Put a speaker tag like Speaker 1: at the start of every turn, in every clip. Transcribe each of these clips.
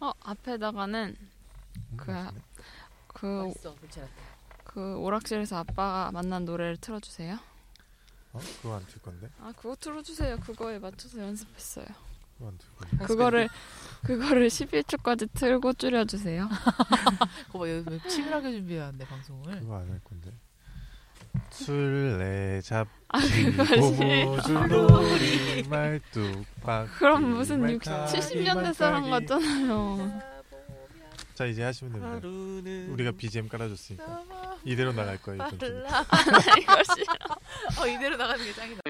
Speaker 1: 어 앞에다가는 그-
Speaker 2: 맛있네.
Speaker 1: 그 그
Speaker 3: 맛있어 불체라.
Speaker 1: 오락실에서 아빠가 만난 노래를 틀어주세요.
Speaker 2: 어? 그거 안 들 건데?
Speaker 1: 아 그거 틀어주세요. 그거에 맞춰서 연습했어요.
Speaker 2: 그거 안 들
Speaker 1: 아-
Speaker 2: 건데?
Speaker 1: 그거를 그거를 11초까지 틀고 줄여주세요.
Speaker 3: 그거 봐 여기 왜 치밀하게 준비해왔는데 방송을.
Speaker 2: 그거 안 할 건데? 술래 잡
Speaker 1: 아 그것이
Speaker 2: 고무줄놀이 말뚝박
Speaker 1: 그럼 무슨 60, 70년대 사람 같잖아요.
Speaker 2: 자 이제 하시면 됩니다
Speaker 4: 음.
Speaker 3: 하루는
Speaker 2: 우리가 BGM 깔아줬으니까 이대로 나갈 거예요
Speaker 1: 아,
Speaker 2: 이번 주는.
Speaker 3: 빨라.
Speaker 1: 이거 씨.
Speaker 3: 어 이대로 나가는 게 짱이다.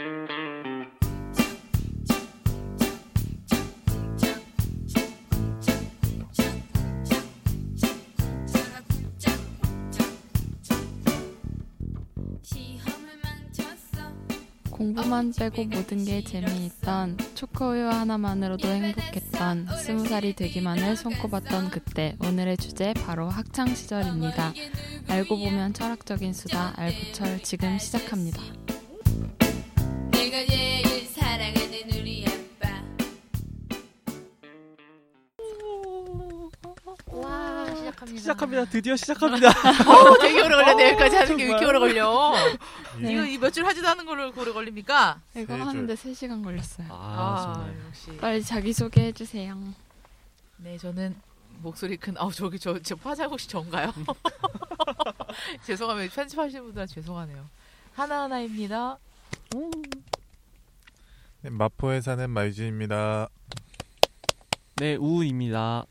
Speaker 5: 시험을 망쳤어
Speaker 1: 공부만 빼고 모든 게 재미있던 초코우유 하나만으로도 행복했던 스무 살이 되기만을 손꼽았던 그때 오늘의 주제 바로 학창 시절입니다. 알고 보면 철학적인 수다 알고철 지금 시작합니다.
Speaker 5: 내가 제일 사랑하는 우리 아빠
Speaker 3: 와 시작합니다.
Speaker 4: 시작합니다. 드디어 시작합니다.
Speaker 3: 어 되게 오래 걸려. 내일까지 하는 게 왜 이렇게
Speaker 4: 정말. 예.
Speaker 3: 오래 걸려?
Speaker 1: 네.
Speaker 3: 이거 이 며칠 하지도 않은 걸로 오래 걸립니까?
Speaker 1: 이거
Speaker 2: 세 줄.
Speaker 1: 하는데 3시간 걸렸어요.
Speaker 4: 아, 정말.
Speaker 3: 역시.
Speaker 1: 빨리 자기소개 해주세요.
Speaker 3: 네, 저는 목소리 큰, 아우, 저기, 저, 제 화장 혹시 전가요? 죄송하면 편집하시는 분들한테 죄송하네요. 하나하나입니다.
Speaker 2: 네, 마포에 사는 마유진입니다
Speaker 4: 네, 우우입니다.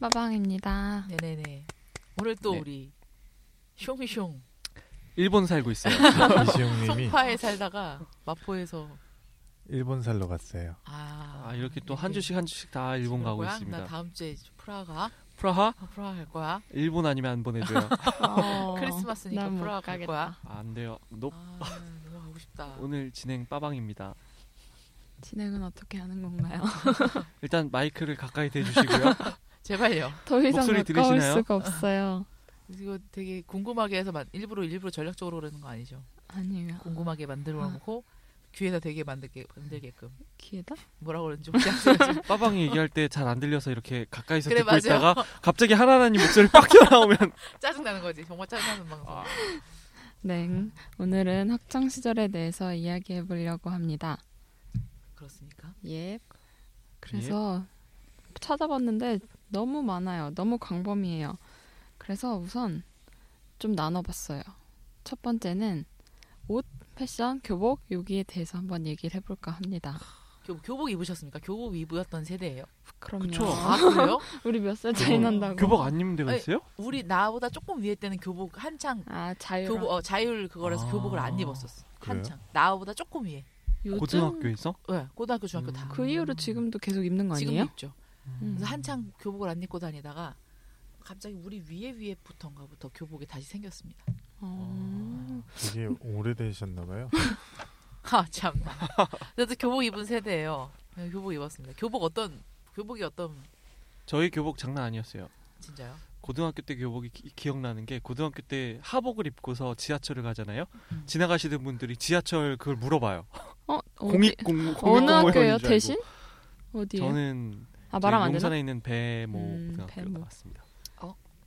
Speaker 1: 빠방입니다.
Speaker 3: 네네네. 오늘 또
Speaker 4: 네.
Speaker 3: 우리 숑숑
Speaker 4: 일본 살고 있어요. 네.
Speaker 2: 이시용님이
Speaker 3: 파에 살다가 마포에서
Speaker 2: 일본 살러 갔어요
Speaker 3: 아,
Speaker 4: 아, 이렇게 또 한 주씩 한 주씩 다 일본 가고
Speaker 3: 거야?
Speaker 4: 있습니다.
Speaker 3: 나 다음 주에 프라하
Speaker 4: 프라하?
Speaker 3: 프라하 갈 거야.
Speaker 4: 일본 아니면 안 보내줘요.
Speaker 3: 어, 크리스마스니까
Speaker 1: 어, 난못
Speaker 3: 프라하 갈
Speaker 1: 가겠다.
Speaker 3: 거야.
Speaker 4: 아, 안 돼요. 높.
Speaker 3: 아, 너무 가고 싶다.
Speaker 4: 오늘 진행 빠방입니다.
Speaker 1: 진행은 어떻게 하는 건가요?
Speaker 4: 일단 마이크를 가까이 대주시고요.
Speaker 3: 제발요.
Speaker 1: 더 이상
Speaker 4: 목소리
Speaker 1: 가까울
Speaker 4: 들리시나요?
Speaker 1: 수가 없어요.
Speaker 3: 이거 되게 궁금하게 해서 만- 일부러 일부러 전략적으로 그러는 거 아니죠?
Speaker 1: 아니에요.
Speaker 3: 궁금하게 만들어 놓고 귀에다 되게 만들게 만들게끔
Speaker 1: 귀에다?
Speaker 3: 뭐라 그러는지 혹시 아세요?
Speaker 4: 빠방이 얘기할 때 잘 안 들려서 이렇게 가까이서
Speaker 3: 그래,
Speaker 4: 듣고
Speaker 3: 맞아요.
Speaker 4: 있다가 갑자기 하나하나님 목소리 빡 튀어나오면
Speaker 3: 짜증 나는 거지 정말 짜증 나는 방송.
Speaker 4: 아,
Speaker 1: 네, 오늘은 학창 시절에 대해서 이야기해 보려고 합니다.
Speaker 3: 그렇습니까?
Speaker 1: 예. 그래서
Speaker 4: 예.
Speaker 1: 찾아봤는데 너무 많아요. 너무 광범위해요. 그래서 우선 좀 나눠봤어요. 첫 번째는 옷, 패션, 교복 여기에 대해서 한번 얘기를 해볼까 합니다.
Speaker 3: 교, 교복 입으셨습니까? 교복 입으셨던 세대예요.
Speaker 1: 그럼요.
Speaker 4: 그쵸.
Speaker 3: 아 그래요?
Speaker 1: 우리 몇 살 차이 난다고?
Speaker 4: 교복 안 입는 데가
Speaker 3: 아니,
Speaker 4: 있어요?
Speaker 3: 우리 나보다 조금 위에 때는 교복 한창
Speaker 1: 아 자유.
Speaker 3: 교복 어, 자율 그거라서
Speaker 4: 아.
Speaker 3: 교복을 안 입었었어.
Speaker 2: 그래요?
Speaker 3: 한창 나보다 조금 위에.
Speaker 1: 요즘
Speaker 4: 고등학교에서?
Speaker 3: 네, 고등학교 중학교
Speaker 4: 음.
Speaker 3: 다.
Speaker 1: 그 이후로 지금도 계속 입는 거
Speaker 3: 지금
Speaker 1: 아니에요?
Speaker 3: 입죠.
Speaker 1: 음.
Speaker 3: 그래서 한창 교복을 안 입고 다니다가 갑자기 우리 위에 위에부터인가부터 교복이 다시 생겼습니다.
Speaker 1: 어...
Speaker 2: 되게 오래되셨나 봐요
Speaker 3: 아 참나. 저도 교복 입은 세대예요. 네, 교복 입었습니다. 교복 어떤 교복이 어떤
Speaker 4: 저희 교복 장난 아니었어요.
Speaker 3: 진짜요?
Speaker 4: 고등학교 때 교복이 기, 억나는게 고등학교 때 하복을 입고서 지하철을 가잖아요.
Speaker 3: 음.
Speaker 4: 지나가시는 분들이 지하철 그걸 물어봐요.
Speaker 1: 어 어디-
Speaker 4: 아. 공익공
Speaker 1: 어느
Speaker 4: 공익공무원인 줄
Speaker 1: 학교예요?
Speaker 4: 알고.
Speaker 1: 대신? 어디요?
Speaker 4: 저는
Speaker 1: 아
Speaker 4: 저희
Speaker 1: 말하면 안 되나?
Speaker 4: 용산에 있는 배모 뭐,
Speaker 1: 음,
Speaker 4: 고등학교로
Speaker 1: 배모.
Speaker 4: 나왔습니다.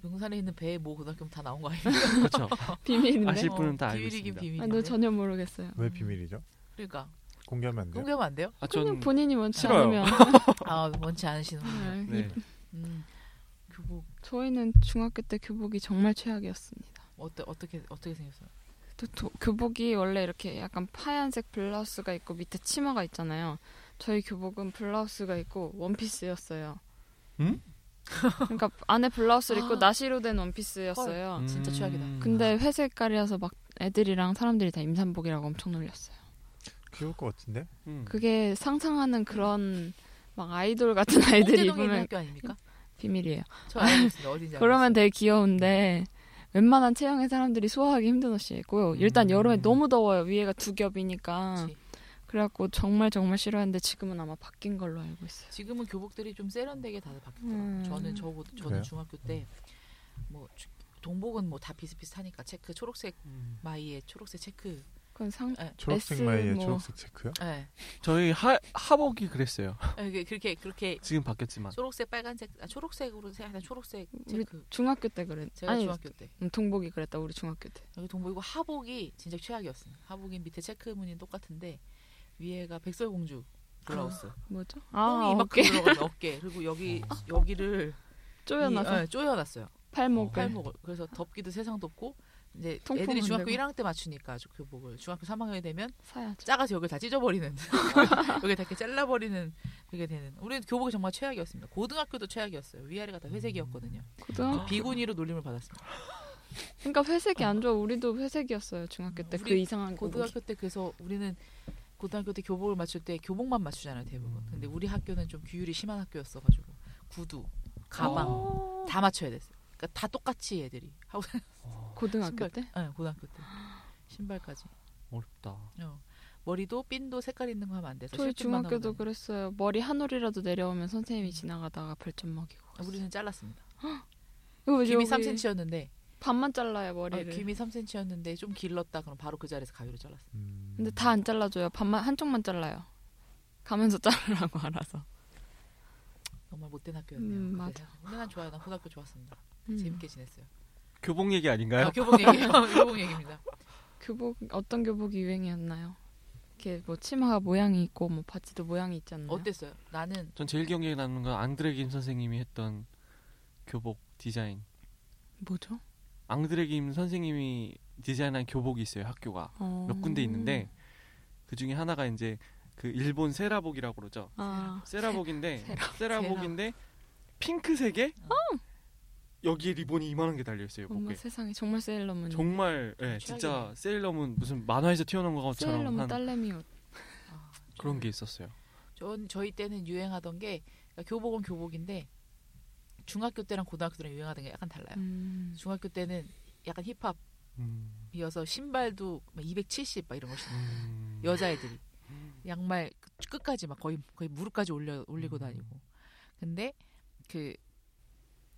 Speaker 3: 용산에 있는 배에 모 고등학교 다 나온 거 아니에요?
Speaker 4: 그렇죠.
Speaker 1: 비밀인데.
Speaker 4: 아실 어, 분은 다 알고
Speaker 3: 비밀이긴
Speaker 4: 있습니다.
Speaker 3: 비밀인데.
Speaker 1: 아, 너 전혀 모르겠어요.
Speaker 2: 왜 비밀이죠?
Speaker 3: 그러니까
Speaker 2: 공개하면 안 돼요?
Speaker 3: 공개하면 안 돼요?
Speaker 4: 아,
Speaker 1: 그냥
Speaker 4: 전
Speaker 1: 본인이 원치
Speaker 4: 싫어요.
Speaker 1: 않으면
Speaker 3: 아 원치 않으시는 분이요.
Speaker 1: 네.
Speaker 4: 네.
Speaker 3: 음, 교복
Speaker 1: 저희는 중학교 때 교복이 정말 최악이었습니다.
Speaker 3: 어때 어떻게 어떻게 생겼어요?
Speaker 1: 또, 도- 교복이 원래 이렇게 약간 파얀색 블라우스가 있고 밑에 치마가 있잖아요. 저희 교복은 블라우스가 있고 원피스였어요.
Speaker 4: 음?
Speaker 1: 그러니까 안에 블라우스를 입고
Speaker 3: 아.
Speaker 1: 나시로 된 원피스였어요.
Speaker 4: 음,
Speaker 3: 진짜 최악이다.
Speaker 1: 아, 근데 회색깔이라서 막 애들이랑 사람들이 다 임산복이라고 엄청 놀렸어요.
Speaker 2: 귀여울 것 같은데?
Speaker 4: 음.
Speaker 1: 그게 상상하는 그런 막 아이돌 같은 아이들이
Speaker 3: 홍대동에 있는
Speaker 1: 입으면
Speaker 3: 학교 아닙니까?
Speaker 1: 비밀이에요.
Speaker 3: 저 알고 있습니다. 어디인지
Speaker 1: 그러면
Speaker 3: 알고
Speaker 1: 되게 귀여운데 웬만한 체형의 사람들이 소화하기 힘든 옷이 있고요. 일단
Speaker 4: 음.
Speaker 1: 여름에 너무 더워요. 위에가 두 겹이니까.
Speaker 3: 있습니다.
Speaker 1: 그래갖고 정말 정말 싫어했는데 지금은 아마 바뀐 걸로 알고 있어요.
Speaker 3: 지금은 교복들이 좀 세련되게 다들 바뀌더라고요.
Speaker 1: 음.
Speaker 3: 저는 저고 저는
Speaker 2: 그래요? 음.
Speaker 3: 중학교 때 뭐 동복은 뭐 다 비슷비슷하니까 체크 초록색
Speaker 4: 음.
Speaker 3: 마이에 초록색 체크
Speaker 1: 그건 상
Speaker 3: 네.
Speaker 2: 초록색
Speaker 1: S
Speaker 2: 마이에
Speaker 1: 뭐.
Speaker 2: 초록색 체크요?
Speaker 3: 네.
Speaker 4: 저희 하, 하복이 그랬어요.
Speaker 3: 이게 예, 그렇게 그렇게
Speaker 4: 지금 바뀌었지만.
Speaker 3: 초록색, 빨간색, 아, 초록색으로 생각나 초록색
Speaker 1: 우리
Speaker 3: 체크.
Speaker 1: 중학교 때 그랬. 음,
Speaker 3: 제가
Speaker 1: 아니
Speaker 3: 중학교 때
Speaker 1: 음, 동복이 그랬다 우리 중학교 때.
Speaker 3: 여기 동복이고 하복이 진짜 최악이었어요. 하복이 밑에 체크 무늬는 똑같은데 위에가 백설공주 블라우스.
Speaker 1: 뭐죠?
Speaker 3: 아,
Speaker 1: 아
Speaker 3: 이만큼
Speaker 1: 어깨
Speaker 3: 들어가는 어깨 그리고 여기 여기를
Speaker 1: 아, 쪼여놔서
Speaker 3: 이- 네, 쪼여놨어요.
Speaker 1: 팔목을.
Speaker 3: 팔목을. 그래서 덥기도 세상 덥고 이제
Speaker 1: 그러니까. 통풍
Speaker 3: 애들이
Speaker 1: 안
Speaker 3: 중학교
Speaker 1: 되고.
Speaker 3: 1학년 때 맞추니까 아주 교복을 중학교 3학년이 되면
Speaker 1: 사야죠.
Speaker 3: 작아서 여기 다 찢어버리는 여기 다 이렇게 잘라버리는 그게 되는 우리 교복이 정말 최악이었습니다. 고등학교도 최악이었어요. 위아래가 다 회색이었거든요. 그 아.
Speaker 1: 고등학교.
Speaker 3: 비구니로 놀림을 받았습니다.
Speaker 1: 아, 그러니까 회색이 안 좋아. 우리도 회색이었어요 중학교 때. 그
Speaker 3: 아, 우리
Speaker 1: 이상한 고등학교.
Speaker 3: 고등학교 때 그래서 우리는 고등학교 때 교복을 맞출 때 교복만 맞추잖아요
Speaker 1: 음.
Speaker 3: 대부분. 근데 우리 학교는 좀 규율이 심한 학교였어가지고 구두,
Speaker 1: 어,
Speaker 3: 가방 다 맞춰야 됐어요. 그러니까 다 똑같이 애들이 하고
Speaker 1: 고등학교
Speaker 3: 신발.
Speaker 1: 때.
Speaker 3: 네, 고등학교 때 신발까지.
Speaker 4: 어렵다.
Speaker 3: 어. 머리도 핀도 색깔 있는 거 하면 안 돼서
Speaker 1: 저희
Speaker 3: 실핏만 하고
Speaker 1: 중학교도
Speaker 3: 다니는.
Speaker 1: 그랬어요. 머리 한 올이라도 내려오면 선생님이 지나가다가 벌점 먹이고. 갔어요.
Speaker 3: 아, 우리는 잘랐습니다.
Speaker 1: 이거 왜
Speaker 3: 귀미
Speaker 1: 여기
Speaker 3: 3cm였는데 어,
Speaker 1: 반만 잘라요
Speaker 3: 아,
Speaker 1: 머리를.
Speaker 3: 귀미 3cm였는데 좀 길렀다 그럼 바로 그 자리에서 가위로 잘랐어.
Speaker 2: 음.
Speaker 1: 근데 다 안 잘라줘요. 반만 한쪽만 잘라요. 가면서 자르라고 알아서.
Speaker 3: 정말 못된 학교였네요.
Speaker 1: 음,
Speaker 3: 그때
Speaker 1: 맞아.
Speaker 3: 생각- 근데 난 좋아요. 난 고등학교 좋았습니다.
Speaker 1: 음.
Speaker 3: 재밌게 지냈어요.
Speaker 4: 교복 얘기 아닌가요?
Speaker 3: 아, 교복 얘기예요. 교복 얘기입니다.
Speaker 1: 교복 어떤 교복이 유행이었나요? 이렇게 뭐 치마가 모양이 있고 뭐 바지도 모양이 있지 않나요?
Speaker 3: 어땠어요? 나는
Speaker 4: 전 제일 기억에 남는 건 앙드레 김 선생님이 했던 교복 디자인.
Speaker 1: 뭐죠?
Speaker 4: 앙드레 김 선생님이 디자인한 교복이 있어요 학교가
Speaker 1: 어.
Speaker 4: 몇 군데 있는데 그 중에 하나가 이제 그 일본 세라복이라고 그러죠.
Speaker 1: 아,
Speaker 4: 세라복인데
Speaker 1: 세라-
Speaker 4: 세라복인데 핑크색에 여기에 리본이 이만한 게 달려 있어요
Speaker 1: 엄마
Speaker 4: 목에.
Speaker 1: 세상에 정말 세일러문.
Speaker 4: 정말 예, 진짜 세일러문 무슨 만화에서 튀어나온 것처럼
Speaker 1: 세일러문
Speaker 4: 한
Speaker 1: 딸내미 옷.
Speaker 3: 아, 좀-
Speaker 4: 그런 게 있었어요.
Speaker 3: 전 저희 때는 유행하던 게 그러니까 교복은 교복인데 중학교 때랑 고등학교 때랑 유행하던 게 약간 달라요.
Speaker 1: 음.
Speaker 3: 중학교 때는 약간 힙합이어서
Speaker 4: 음, 신발도
Speaker 3: 신발도 270막 이런 거 신고
Speaker 4: 음,
Speaker 3: 여자애들이 양말 끝- 끝까지 막 거의 거의 무릎까지 올려 올리고
Speaker 1: 음.
Speaker 3: 다니고 근데 그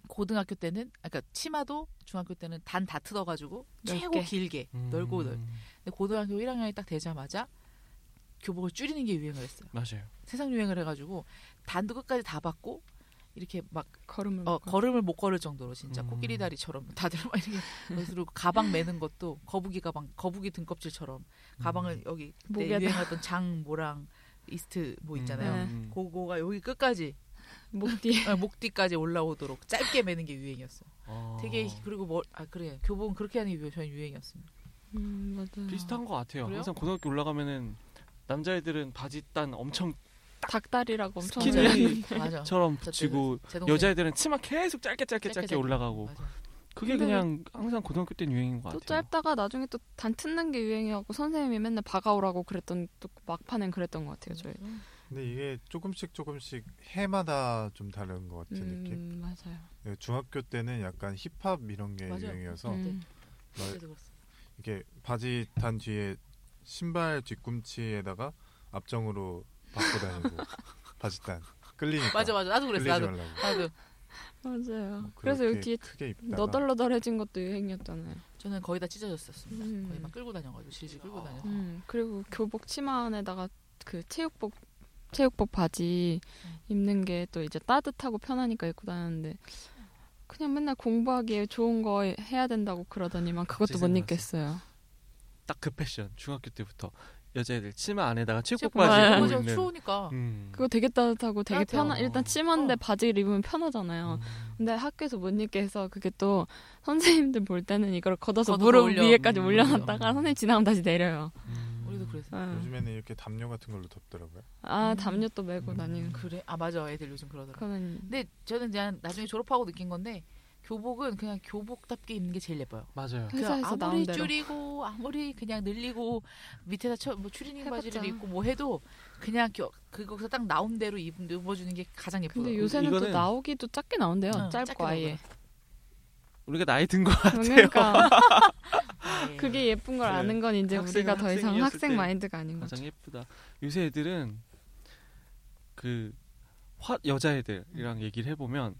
Speaker 3: 고등학교 때는 아까 그러니까 치마도 중학교 때는 단 다 뜯어가지고 최고
Speaker 1: 넓게.
Speaker 3: 길게
Speaker 4: 음,
Speaker 3: 넓고 넓. 근데 고등학교 1학년이 딱 되자마자 교복을 줄이는 게 유행을 했어요.
Speaker 4: 맞아요.
Speaker 3: 세상 유행을 해가지고 단도 끝까지 다 받고 이렇게 막
Speaker 1: 걸음을.
Speaker 3: 어,
Speaker 1: 묶어.
Speaker 3: 걸음을 못 걸을 정도로 진짜
Speaker 4: 음.
Speaker 3: 코끼리 다리처럼 다들 막 이렇게 그리고 가방 매는 것도 거북이 가방 거북이 등껍질처럼 가방을
Speaker 4: 음.
Speaker 3: 여기 그때
Speaker 1: 목에다.
Speaker 3: 유행하던 장 모랑 이스트 뭐 있잖아요.
Speaker 1: 네.
Speaker 4: 음,
Speaker 3: 그거가 여기 끝까지
Speaker 1: 목 뒤에.
Speaker 3: 아, 목 뒤까지 올라오도록 짧게 매는 게 유행이었어.
Speaker 4: 어,
Speaker 3: 되게 그리고 뭐 아 그래 교복은 그렇게 하는 게 저는 유행이었습니다.
Speaker 1: 음, 맞아요.
Speaker 4: 비슷한 것 같아요.
Speaker 3: 그래요?
Speaker 4: 항상 고등학교 올라가면은 남자애들은 바지 단 엄청처럼
Speaker 1: 닭다리라고 엄청
Speaker 4: 스키니.
Speaker 1: 잘라.
Speaker 3: 맞아.
Speaker 4: 붙이고
Speaker 3: 제 동생.
Speaker 4: 여자애들은 치마 계속 짧게 짧게 짧게,
Speaker 3: 짧게.
Speaker 4: 올라가고
Speaker 3: 맞아.
Speaker 4: 그게
Speaker 1: 근데
Speaker 4: 그냥 항상 고등학교 때 유행인 것
Speaker 1: 또
Speaker 4: 같아요.
Speaker 1: 짧다가 나중에 또 단 뜯는 게 유행이었고 선생님이 맨날 박아오라고 그랬던 또 막판엔 그랬던 것 같아요 저희.
Speaker 3: 음.
Speaker 2: 근데 이게 조금씩 조금씩 해마다 좀 다른 것 같은 느낌.
Speaker 1: 음 맞아요.
Speaker 2: 예, 중학교 때는 약간 힙합 이런 게
Speaker 3: 맞아요.
Speaker 2: 유행이어서
Speaker 1: 네.
Speaker 3: 음.
Speaker 2: 막
Speaker 3: 그래서 그랬어.
Speaker 2: 이렇게 바지 단 뒤에 신발 뒤꿈치에다가 앞정으로 박고 다니고 바지 단 끌리니까
Speaker 3: 맞아 맞아 나도 그랬어
Speaker 2: 끌리지
Speaker 3: 나도
Speaker 2: 말라고.
Speaker 3: 나도
Speaker 1: 맞아요.
Speaker 2: 뭐
Speaker 1: 어, 그래서 여기
Speaker 2: 그렇게
Speaker 1: 뒤에
Speaker 2: 크게 입다가
Speaker 1: 너덜너덜해진 것도 유행이었잖아요.
Speaker 3: 저는 거의 다 찢어졌었습니다.
Speaker 1: 음.
Speaker 3: 거의 막 끌고 다녀가지고 질질 끌고 다녀.
Speaker 1: 음, 그리고 교복 치마 안에다가 그 체육복 체육복 바지 입는 게 또 이제 따뜻하고 편하니까 입고 다녔는데 그냥 맨날 공부하기에 좋은 거 해야 된다고 그러더니만 그것도 못
Speaker 4: 갑자기
Speaker 1: 입겠어요.
Speaker 4: 딱 그 패션 중학교 때부터 여자애들 치마 안에다가 체육복
Speaker 1: 맞아요.
Speaker 4: 바지
Speaker 3: 맞아
Speaker 4: 입고 있는.
Speaker 3: 추우니까
Speaker 4: 예. 음.
Speaker 1: 그거 되게 따뜻하고 되게
Speaker 3: 따뜻해요.
Speaker 1: 편한 일단 치마인데
Speaker 3: 어.
Speaker 1: 바지를 입으면 편하잖아요.
Speaker 4: 음.
Speaker 1: 근데 학교에서 못 입게 해서 그게 또 선생님들 볼 때는 이걸 걷어서
Speaker 3: 걷어서
Speaker 1: 무릎
Speaker 3: 올려.
Speaker 1: 위에까지
Speaker 4: 음.
Speaker 1: 올려놨다가 선생님 지나면 다시 내려요.
Speaker 4: 음.
Speaker 3: 우리도 그랬어.
Speaker 1: 어.
Speaker 2: 요즘에는 이렇게 담요 같은 걸로 덮더라고요.
Speaker 1: 아
Speaker 3: 음.
Speaker 1: 담요 또 메고
Speaker 4: 음.
Speaker 1: 다니는 그
Speaker 3: 그래 아 맞아 애들 요즘 그러더라.
Speaker 1: 그거는
Speaker 3: 근데 저는 그냥 나중에 졸업하고 느낀 건데 교복은 그냥 교복답게 입는 게 제일 예뻐요.
Speaker 4: 맞아요.
Speaker 1: 회사에서
Speaker 3: 그냥
Speaker 1: 나온
Speaker 3: 아무리
Speaker 1: 대로.
Speaker 3: 줄이고 아무리 그냥 늘리고 밑에다 쳐, 뭐 추리닝 바지를
Speaker 1: 해봤자.
Speaker 3: 입고 뭐 해도 그냥 겨, 그거기서 딱 나온 대로 입, 입어주는 게 가장 예뻐요.
Speaker 1: 근데 요새는 또
Speaker 4: 그 이거는-
Speaker 1: 나오기도 작게 나온대요.
Speaker 3: 응,
Speaker 1: 짧고
Speaker 3: 짧게
Speaker 1: 아예.
Speaker 4: 우리가 나이 든 거 같아요.
Speaker 1: 그러니까
Speaker 3: 아, 예.
Speaker 1: 그게 예쁜 걸
Speaker 4: 네.
Speaker 1: 아는 건 이제
Speaker 4: 학생은
Speaker 1: 우리가 더 이상
Speaker 4: 학생이었을
Speaker 1: 학생
Speaker 4: 때
Speaker 1: 마인드가 아닌 거죠.
Speaker 4: 가장 예쁘다. 요새
Speaker 3: 음.
Speaker 4: 애들은 그 화, 여자애들이랑 얘기를 해보면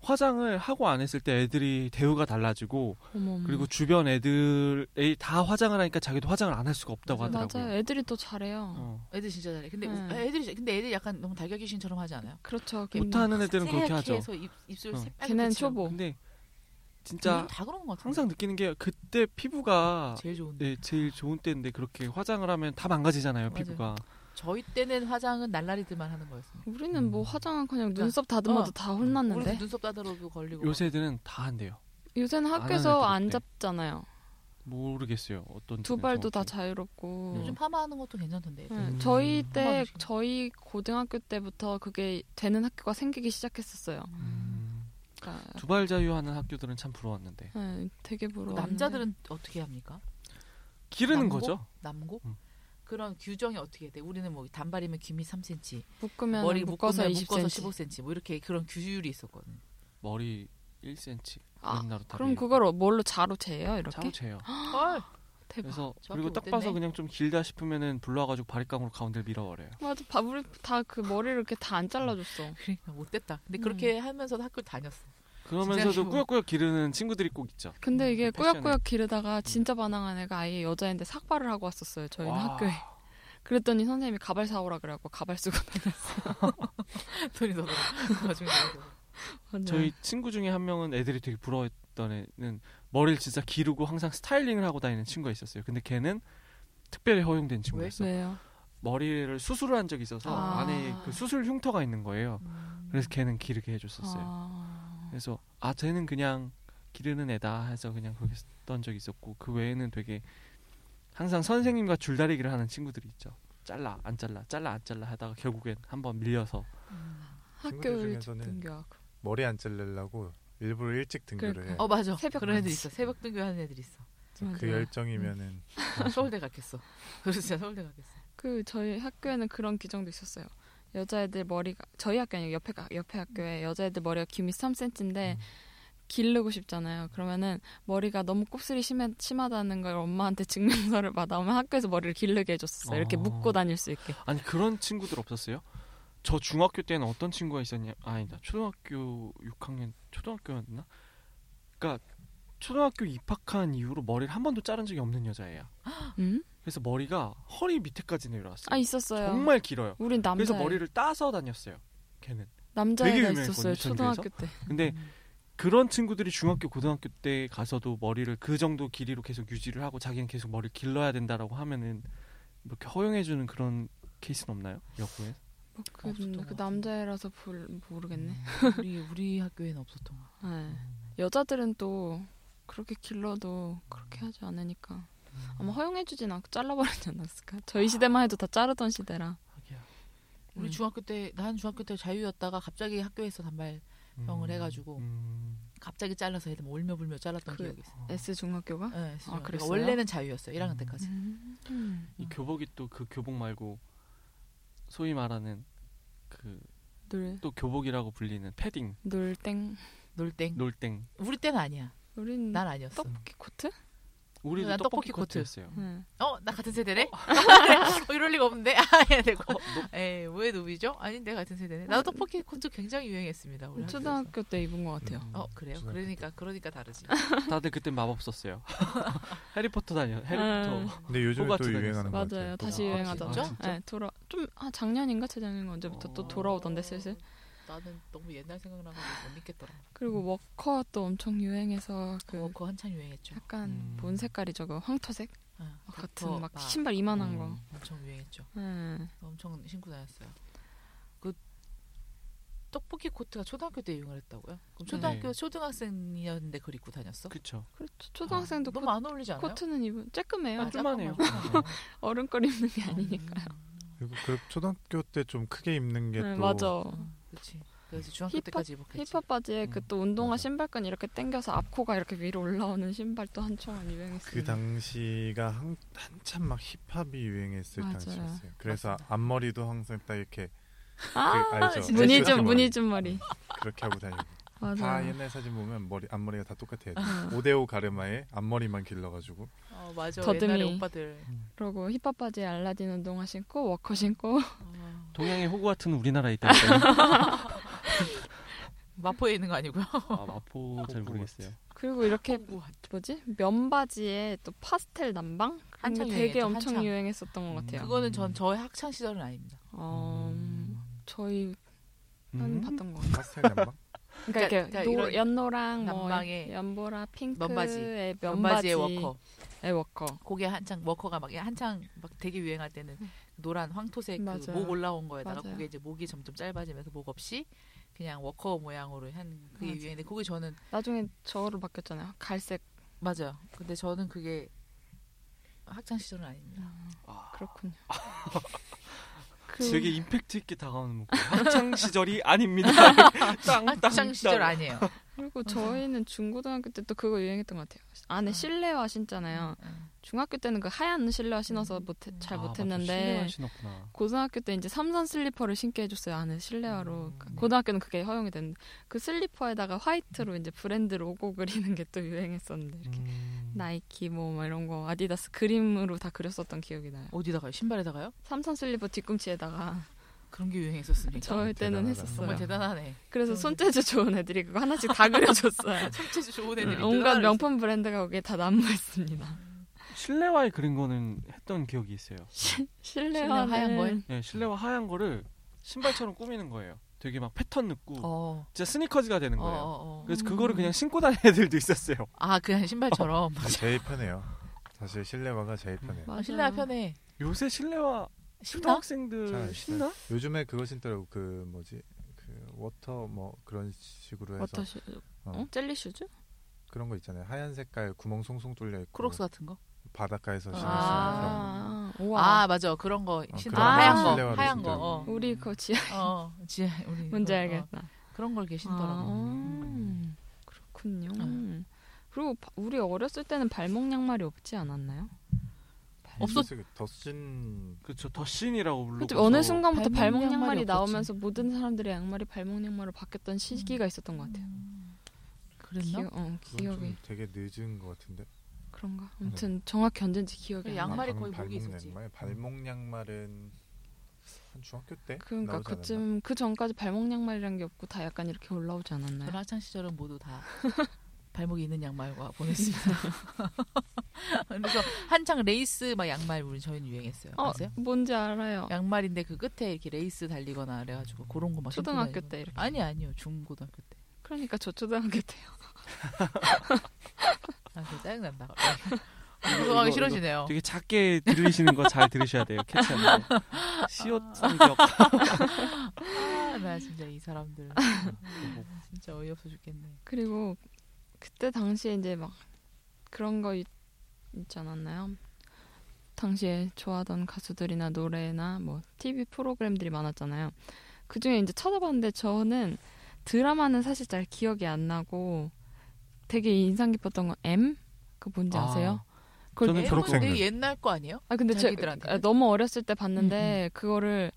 Speaker 4: 화장을 하고 안 했을 때 애들이 대우가 달라지고
Speaker 1: 어머,
Speaker 3: 음.
Speaker 1: 어머.
Speaker 4: 그리고 주변 애들이 다 화장을 하니까 자기도 화장을 안 할 수가 없다고
Speaker 3: 맞아요.
Speaker 4: 하더라고요.
Speaker 1: 맞아요. 애들이 또 잘해요.
Speaker 4: 어.
Speaker 3: 애들 진짜 잘해. 근데
Speaker 1: 음.
Speaker 3: 우- 아, 애들이 근데 애들 약간 너무 달걀 귀신처럼 하지 않아요?
Speaker 1: 그렇죠.
Speaker 4: 못하는 애들은 그렇게
Speaker 3: 새하얗게
Speaker 4: 하죠.
Speaker 3: 해서 입, 입술
Speaker 4: 어.
Speaker 3: 새빨갛게
Speaker 1: 걔는
Speaker 3: 칠하고.
Speaker 1: 초보.
Speaker 4: 근데
Speaker 3: 걔는
Speaker 4: 진짜
Speaker 3: 다 그런 것 같아.
Speaker 4: 항상 느끼는 게 그때 피부가
Speaker 3: 제일 좋은데.
Speaker 4: 네, 제일 좋은 때인데 그렇게 화장을 하면 다 망가지잖아요
Speaker 3: 맞아요.
Speaker 4: 피부가.
Speaker 3: 저희 때는 화장은 날라리들만 하는 거였어요.
Speaker 1: 우리는
Speaker 4: 음.
Speaker 1: 뭐 화장은 그냥
Speaker 3: 그러니까,
Speaker 1: 눈썹 다듬어도
Speaker 3: 어.
Speaker 1: 다
Speaker 3: 우리
Speaker 1: 혼났는데
Speaker 3: 눈썹 따더라도 걸리고.
Speaker 4: 요새 애들은 다 한대요.
Speaker 1: 요새는
Speaker 4: 안 하는
Speaker 1: 학교에서
Speaker 4: 애들이
Speaker 1: 안
Speaker 4: 그래.
Speaker 1: 잡잖아요.
Speaker 4: 모르겠어요 어떤
Speaker 1: 두 발도 다 자유롭고.
Speaker 4: 음.
Speaker 3: 요즘 파마하는 것도 괜찮던데.
Speaker 1: 네,
Speaker 4: 음.
Speaker 1: 저희 때
Speaker 3: 한마디씩.
Speaker 1: 저희 고등학교 때부터 그게 되는 학교가 생기기 시작했었어요.
Speaker 3: 음.
Speaker 1: 그러니까
Speaker 4: 음. 두발 자유하는 학교들은 참 부러웠는데
Speaker 1: 네, 되게
Speaker 3: 그
Speaker 1: 부러워.
Speaker 3: 남자들은 어떻게 합니까?
Speaker 4: 기르는
Speaker 3: 남고?
Speaker 4: 거죠.
Speaker 3: 남고?
Speaker 4: 음.
Speaker 3: 그런 규정이 어떻게 돼? 우리는 뭐 단발이면 김이 3cm,
Speaker 1: 묶으면
Speaker 3: 머리
Speaker 1: 묶어서
Speaker 3: 묶어서
Speaker 1: 20cm.
Speaker 3: 묶어서 15cm 뭐 이렇게 그런 규율이 있었거든.
Speaker 4: 머리 1cm
Speaker 1: 아,
Speaker 4: 옛날로 다
Speaker 1: 그럼
Speaker 4: 밀고.
Speaker 1: 그걸 뭘로 자로 재요? 이렇게?
Speaker 4: 차로 재요.
Speaker 3: 헐.
Speaker 1: 대박.
Speaker 4: 그래서
Speaker 3: 저밖에
Speaker 4: 그리고
Speaker 3: 못
Speaker 4: 딱
Speaker 3: 됐네.
Speaker 4: 봐서 그냥 좀 길다 싶으면은 불러와가지고 바리깡으로 가운데를 밀어버려요.
Speaker 1: 맞아. 바, 우리 다 그 머리를 이렇게 다 안 잘라줬어.
Speaker 3: 그러니까 못 됐다. 근데
Speaker 1: 음.
Speaker 3: 그렇게 하면서 학교 를 다녔어. 진짜
Speaker 4: 그러면서도
Speaker 3: 귀여워.
Speaker 4: 꾸역꾸역 기르는 친구들이 꼭 있죠.
Speaker 1: 근데 이게
Speaker 4: 패션에.
Speaker 1: 꾸역꾸역 기르다가 진짜 반항한 애가 아예 여자인데 삭발을 하고 왔었어요. 저희는
Speaker 4: 와.
Speaker 1: 학교에. 그랬더니 선생님이 가발 사오라 그래갖고 가발 쓰고
Speaker 3: 돈이 더더라. 나중에 나와서.
Speaker 1: 다녔어요.
Speaker 4: 저희 친구 중에 한 명은 애들이 되게 부러워했던 애는 머리를 진짜 기르고 항상 스타일링을 하고 다니는 친구가 있었어요. 근데 걔는 특별히 허용된 친구였어. 요
Speaker 1: 왜요? 네.
Speaker 4: 머리를 수술을 한 적이 있어서
Speaker 1: 아.
Speaker 4: 안에 그 수술 흉터가 있는 거예요.
Speaker 3: 음.
Speaker 4: 그래서 걔는 기르게 해줬었어요.
Speaker 1: 아...
Speaker 4: 그래서 아 쟤는 그냥 기르는 애다 해서 그냥 그렇게 썼던 적이 있었고 그 외에는 되게 항상 선생님과 줄다리기를 하는 친구들이 있죠. 잘라 안 잘라 잘라 안 잘라 하다가 결국엔 한번 밀려서
Speaker 1: 음.
Speaker 2: 친구들
Speaker 1: 학교를
Speaker 2: 중에서는
Speaker 1: 등교하고.
Speaker 2: 머리 안 잘리려고 일부러 일찍 등교를 해요.
Speaker 3: 어 맞아.
Speaker 1: 새벽
Speaker 3: 그런 애들
Speaker 1: 등교.
Speaker 3: 있어. 새벽 등교하는 애들 있어.
Speaker 2: 그
Speaker 1: 맞아요.
Speaker 2: 열정이면은
Speaker 4: 아.
Speaker 3: 서울대 갔겠어. 그래서 진짜 서울대 갔겠어.
Speaker 1: 그 저희 학교에는 그런 규정도 있었어요. 여자애들 머리가 저희 학교 아니고 옆에 가- 옆에 학교에 여자애들 머리가 김이 3cm인데
Speaker 4: 음.
Speaker 1: 기르고 싶잖아요. 그러면은 머리가 너무 곱슬이 심해, 심하다는 걸 엄마한테 증명서를 받아오면 학교에서 머리를 기르게 해줬었어요. 이렇게
Speaker 4: 어.
Speaker 1: 묶고 다닐 수 있게.
Speaker 4: 아니 그런 친구들 없었어요? 저 중학교 때는 어떤 친구가 있었냐? 아니다 초등학교 6학년 초등학교였나? 그러니까 초등학교 입학한 이후로 머리를 한 번도 자른 적이 없는 여자예요.
Speaker 1: 음?
Speaker 4: 그래서 머리가 허리 밑에까지 내려왔어요.
Speaker 1: 아 있었어요.
Speaker 4: 정말 길어요.
Speaker 1: 우린
Speaker 4: 그래서
Speaker 1: 남자
Speaker 4: 머리를 따서 다녔어요. 걔는. 되게
Speaker 1: 남자애가
Speaker 4: 유명했거든요,
Speaker 1: 있었어요.
Speaker 4: 전교에서.
Speaker 1: 초등학교 때.
Speaker 4: 근데
Speaker 3: 음.
Speaker 4: 그런 친구들이 중학교 고등학교 때 가서도 머리를 그 정도 길이로 계속 유지를 하고 자기는 계속 머리를 길러야 된다라고 하면은 뭐 이렇게 허용해 주는 그런 케이스는 없나요? 여고에? 아,
Speaker 1: 그,
Speaker 3: 없었던 것
Speaker 1: 그
Speaker 3: 같은데.
Speaker 1: 남자애라서 불, 모르겠네.
Speaker 3: 우리 우리 학교에는 없었던 거.
Speaker 1: 네. 여자들은 또 그렇게 길러도 그렇게 하지 않으니까 아마 허용해주진 않고 잘라버리지 않았을까? 저희 시대만 해도 다 자르던 시대라.
Speaker 4: 네.
Speaker 3: 우리
Speaker 1: 음.
Speaker 3: 중학교 때 난 중학교 때 자유였다가 갑자기 학교에서 단발 병을 해가지고.
Speaker 4: 음.
Speaker 3: 갑자기 잘라서 애들 뭐 울며 불며 잘랐던
Speaker 1: 그-
Speaker 3: 기억이 있어.
Speaker 1: S 중학교가?
Speaker 3: 네,
Speaker 1: 아,
Speaker 3: 그러니까
Speaker 1: 그랬어요?
Speaker 3: 원래는 자유였어. 1학년
Speaker 4: 음.
Speaker 3: 때까지.
Speaker 1: 음.
Speaker 4: 이 교복이 또 그 교복 말고 소위 말하는 그 또
Speaker 1: 놀
Speaker 4: 교복이라고 불리는
Speaker 1: 음.
Speaker 4: 패딩,
Speaker 1: 놀땡. 음.
Speaker 3: 놀땡.
Speaker 4: 놀땡.
Speaker 3: 우리 때는 아니야.
Speaker 1: 우린
Speaker 3: 난 아니었어.
Speaker 1: 떡볶이 코트?
Speaker 4: 우리도
Speaker 3: 난
Speaker 4: 떡볶이,
Speaker 3: 떡볶이 코트.
Speaker 4: 코트였어요.
Speaker 1: 네.
Speaker 3: 어, 나 같은 세대네. 어, 이럴 리가 없는데. 아, 예, 내가.
Speaker 4: 어,
Speaker 3: 에, 왜 누비죠? 아닌데 같은 세대네. 나도 떡볶이 콘트 굉장히 유행했습니다. 우리 학교에서.
Speaker 1: 초등학교 때 입은 것 같아요.
Speaker 4: 음.
Speaker 3: 어, 그래요.
Speaker 2: 초등학교
Speaker 3: 그러니까 그러니까 다르지.
Speaker 4: 다들 그때 마법 썼어요. 해리포터 다녀. 해리포터.
Speaker 1: 음.
Speaker 2: 근데 요즘에 또
Speaker 4: 똑같이
Speaker 2: 유행하는 것 같아요.
Speaker 1: 맞아요. 다시
Speaker 4: 아,
Speaker 1: 유행하던데.
Speaker 4: 진짜?
Speaker 1: 네, 돌아 좀 아, 작년인가 재작년 언제부터 또
Speaker 4: 어.
Speaker 1: 돌아오던데 슬슬.
Speaker 3: 나는 너무 옛날 생각나가지고 못 믿겠더라.
Speaker 1: 그리고 워커 또 엄청 유행해서 그
Speaker 3: 어, 그거 한참 유행했죠.
Speaker 1: 약간
Speaker 4: 음.
Speaker 1: 뭔 색깔이 저거 황토색
Speaker 3: 어, 그거
Speaker 1: 같은 막
Speaker 3: 막
Speaker 1: 신발 이만한
Speaker 4: 음.
Speaker 1: 거.
Speaker 3: 엄청 유행했죠.
Speaker 1: 네.
Speaker 3: 엄청 신고 다녔어요. 그 떡볶이 코트가 초등학교 때 유행을 했다고요? 그럼 초등학교
Speaker 4: 네.
Speaker 3: 초등학생이었는데 그걸 입고 다녔어?
Speaker 4: 그쵸.
Speaker 1: 그렇죠. 초등학생도
Speaker 3: 너무 안 어울리지 않아요?
Speaker 1: 코, 트는 입은 쬐끔해요.
Speaker 3: 아, 음.
Speaker 4: 쫄만해요. 음.
Speaker 1: 어른걸 입는 게 아니니까.
Speaker 2: 그리고 그 초등학교 때 좀 크게 입는 게
Speaker 1: 네,
Speaker 2: 또
Speaker 1: 맞아.
Speaker 3: 그렇지. 그래서 중학교
Speaker 1: 힙합-
Speaker 3: 때까지 입었겠지.
Speaker 1: 힙합 바지에
Speaker 4: 음,
Speaker 1: 그 또 운동화
Speaker 2: 맞아.
Speaker 1: 신발끈 이렇게 당겨서 앞코가 이렇게 위로 올라오는 신발 또 한동안
Speaker 2: 그
Speaker 1: 유행했어요.
Speaker 2: 당시가 한, 한참 막 힙합이 유행했을
Speaker 1: 맞아요.
Speaker 2: 당시였어요. 그래서
Speaker 3: 맞습니다.
Speaker 2: 앞머리도 항상 딱 이렇게
Speaker 1: 아,
Speaker 2: 그 알죠?
Speaker 3: 진짜. 음.
Speaker 1: 무늬
Speaker 2: 그렇게
Speaker 1: 좀 무늬
Speaker 2: 머리
Speaker 1: 좀 머리.
Speaker 2: 그렇게 하고 다니고
Speaker 1: 맞아.
Speaker 2: 다 예.
Speaker 1: 요 어.
Speaker 2: 옛날 사진 보면 머리 앞머리가 다 똑같아요. 5대5 가르마에 앞머리만 길러가지고
Speaker 3: 어, 맞아.
Speaker 1: 더듬이.
Speaker 3: 옛날에 오빠들.
Speaker 1: 그러고 힙합 바지에 알라딘 운동화 신고 워커 신고
Speaker 3: 어,
Speaker 4: 동양의 호구 같은 우리나라에 있다니까.
Speaker 3: 마포에 있는 거 아니고요.
Speaker 4: 아, 마포 잘 모르겠어요.
Speaker 1: 그리고 이렇게
Speaker 3: 뭐,
Speaker 1: 뭐지 면바지에 또 파스텔 남방 그런 게
Speaker 3: 한창
Speaker 1: 되게
Speaker 3: 유행했죠,
Speaker 1: 엄청
Speaker 3: 한창. 음.
Speaker 1: 유행했었던 것
Speaker 4: 네.
Speaker 1: 같아요.
Speaker 3: 그거는
Speaker 4: 음.
Speaker 3: 전 저의 학창 시절은 아닙니다.
Speaker 1: 어, 저희 는
Speaker 4: 음.
Speaker 1: 봤던 것 같아요.
Speaker 2: 파스텔 남방?
Speaker 1: 그러니까,
Speaker 3: 그러니까-
Speaker 1: 이렇게
Speaker 3: 그러니까
Speaker 1: 노-
Speaker 3: 이런
Speaker 1: 연노랑 뭐
Speaker 3: 남방의
Speaker 1: 연보라 핑크의
Speaker 3: 면바지.
Speaker 1: 면바지,
Speaker 3: 면바지의 워커.
Speaker 1: 의 워커.
Speaker 3: 고게 한창 워커가 막 한창 막 되게 유행할 때는 노란 황토색 그
Speaker 1: 음. 맞아요.
Speaker 3: 목 올라온 거에다가
Speaker 1: 맞아요.
Speaker 3: 그게 이제 목이 점점 짧아지면서 목 없이 그냥 워커 모양으로 한 그게
Speaker 1: 맞아요.
Speaker 3: 유행인데 그게 저는
Speaker 1: 나중에 저거로 바뀌었잖아요. 갈색
Speaker 3: 맞아요. 근데 저는 그게 학창 시절은 아닙니다.
Speaker 1: 그렇군요. 그
Speaker 4: 되게 임팩트 있게 다가오는 문구. 학창 시절이 아닙니다. 땅, 땅,
Speaker 3: 학창 시절
Speaker 4: 땅.
Speaker 3: 아니에요.
Speaker 1: 그리고 저희는 중고등학교 때 또 그거 유행했던 것 같아요. 안에 실내화 신잖아요.
Speaker 3: 음.
Speaker 1: 중학교 때는 그 하얀 실내화 신어서 못, 잘
Speaker 4: 아,
Speaker 1: 못했는데
Speaker 4: 맞다. 실내화 신었구나.
Speaker 1: 고등학교 때 이제 삼선 슬리퍼를 신게 해줬어요. 안에 실내화로. 그러니까
Speaker 3: 음.
Speaker 1: 고등학교는 그게 허용이 됐는데 그 슬리퍼에다가 화이트로 이제 브랜드 로고 그리는 게 또 유행했었는데 이렇게
Speaker 4: 음.
Speaker 1: 나이키 뭐 막 이런 거 아디다스 그림으로 다 그렸었던 기억이 나요.
Speaker 3: 어디다가요? 신발에다가요?
Speaker 1: 삼선 슬리퍼 뒤꿈치에다가
Speaker 3: 그런 게 유행했었습니까?
Speaker 1: 저희 때는
Speaker 2: 대단하다.
Speaker 1: 했었어요.
Speaker 3: 아,
Speaker 1: 음.
Speaker 3: 정말 대단하네.
Speaker 1: 그래서 손재주 좋은 애들이 그거 하나씩 다 그려줬어요.
Speaker 3: 손재주
Speaker 4: 음.
Speaker 3: 좋은 애들이
Speaker 1: 온갖
Speaker 3: 또
Speaker 1: 명품 브랜드가 거기에 다 남아있습니다.
Speaker 4: 실내화에 그린 거는 했던 기억이 있어요.
Speaker 1: 실내화
Speaker 3: 실내화 하얀 거예요?
Speaker 4: 예, 실내화 하얀 거를 신발처럼 꾸미는 거예요. 되게 막 패턴
Speaker 3: 따로 있어요.
Speaker 4: 넣고
Speaker 3: 어.
Speaker 4: 진짜 스니커즈가 되는
Speaker 3: 어,
Speaker 4: 거예요.
Speaker 3: 어, 어.
Speaker 4: 그래서 그거를 그냥 신고 다니는 애들도 있었어요.
Speaker 3: 아 그냥 신발처럼.
Speaker 2: 제일 편해요. 사실 실내화가 제일 편해요.
Speaker 1: 어. 맞아요.
Speaker 3: 신나 편해.
Speaker 4: 요새 실내화
Speaker 3: 신나?
Speaker 2: 잘 안
Speaker 4: 초등학생들
Speaker 2: 신어요.
Speaker 4: 신나?
Speaker 1: 음.
Speaker 2: 요즘에 그거 신더라고 그 뭐지 그 워터 뭐 그런 식으로 해서
Speaker 1: 워터슈
Speaker 2: 어.
Speaker 1: 어? 젤리 슈즈?
Speaker 2: 그런 거 있잖아요. 하얀 색깔 구멍 송송 뚫려 있고
Speaker 3: 크록스 같은 거?
Speaker 2: 바닷가에서 신을 수 있는
Speaker 3: 아.
Speaker 1: 아,
Speaker 3: 아
Speaker 1: 우와.
Speaker 3: 맞아 그런 거 신나
Speaker 1: 그런
Speaker 3: 하얀
Speaker 1: 거
Speaker 3: 거
Speaker 2: 실내화로
Speaker 3: 하얀 거.
Speaker 2: 신더라고.
Speaker 3: 어.
Speaker 1: 우리 그거 지하
Speaker 3: 어, 지 우리
Speaker 1: 뭔지 아.
Speaker 3: 어,
Speaker 1: 알겠다.
Speaker 3: 어, 그런 걸 계신더라고.
Speaker 1: 아,
Speaker 4: 음.
Speaker 1: 그렇군요.
Speaker 3: 음.
Speaker 1: 그리고 바- 우리 어렸을 때는 발목 양말이 없지 않았나요?
Speaker 3: 없어.
Speaker 2: 더신
Speaker 4: 그렇죠. 더 신이라고
Speaker 1: 근데
Speaker 4: 불르고
Speaker 1: 어느 순간부터 발목,
Speaker 3: 발목 양말이
Speaker 1: 양말이,
Speaker 3: 없었지. 음.
Speaker 1: 나오면서 모든 사람들의 양말이 발목 양말로 바뀌었던 시기가 있었던 것 같아요.
Speaker 3: 그랬나?
Speaker 1: 기억, 어,
Speaker 2: 그건
Speaker 1: 기억이
Speaker 2: 좀 네. 되게 늦은 것 같은데.
Speaker 1: 그런가? 아무튼 정확히 언젠지 기억이 안
Speaker 3: 그래,
Speaker 1: 나.
Speaker 3: 양말- 양말이
Speaker 2: 방금
Speaker 3: 거의 목이
Speaker 2: 음, 발목
Speaker 3: 있었지.
Speaker 2: 양말. 발목 양말은 한 중학교 때
Speaker 1: 그러니까
Speaker 2: 나오지 않았나?
Speaker 1: 그쯤 그 전까지 발목 양말이란 게 없고 다 약간 이렇게 올라오지 않았나요?
Speaker 3: 저는 학창 시절은 모두 다 발목이 있는 양말과 보냈습니다. 그래서 한창 레이스 막 양말 우리 저희는 유행했어요.
Speaker 1: 어,
Speaker 3: 아세요?
Speaker 1: 뭔지 알아요.
Speaker 3: 양말인데 그 끝에 이렇게 레이스 달리거나 그래가지고 그런 거막
Speaker 1: 초등학교 때 이렇게.
Speaker 3: 아니 아니요 중고등학교 때.
Speaker 1: 그러니까 저 초등학교 때요.
Speaker 3: 아, 그거 짜증난다. 운동하기 싫어지네요.
Speaker 4: 되게 작게 들으시는 거 잘 들으셔야 돼요. 캐치하는 거. 시옷 성격.
Speaker 3: 아, 나 진짜 이 사람들 진짜 어이없어 죽겠네.
Speaker 1: 그리고 그때 당시에 이제 막 그런 거 있, 있지 않았나요? 당시에 좋아하던 가수들이나 노래나 뭐 TV 프로그램들이 많았잖아요. 그 중에 이제 찾아봤는데 저는 드라마는 사실 잘 기억이 안 나고 되게 인상 깊었던 건 M? 그거 뭔지 아세요? 그걸
Speaker 4: 저는
Speaker 3: 앨범은
Speaker 4: 졸업생들.
Speaker 3: 네, 되게 옛날 거 아니에요?
Speaker 1: 아 근데 제
Speaker 3: 자기들한테는?
Speaker 1: 아, 너무 어렸을 때 봤는데 그거를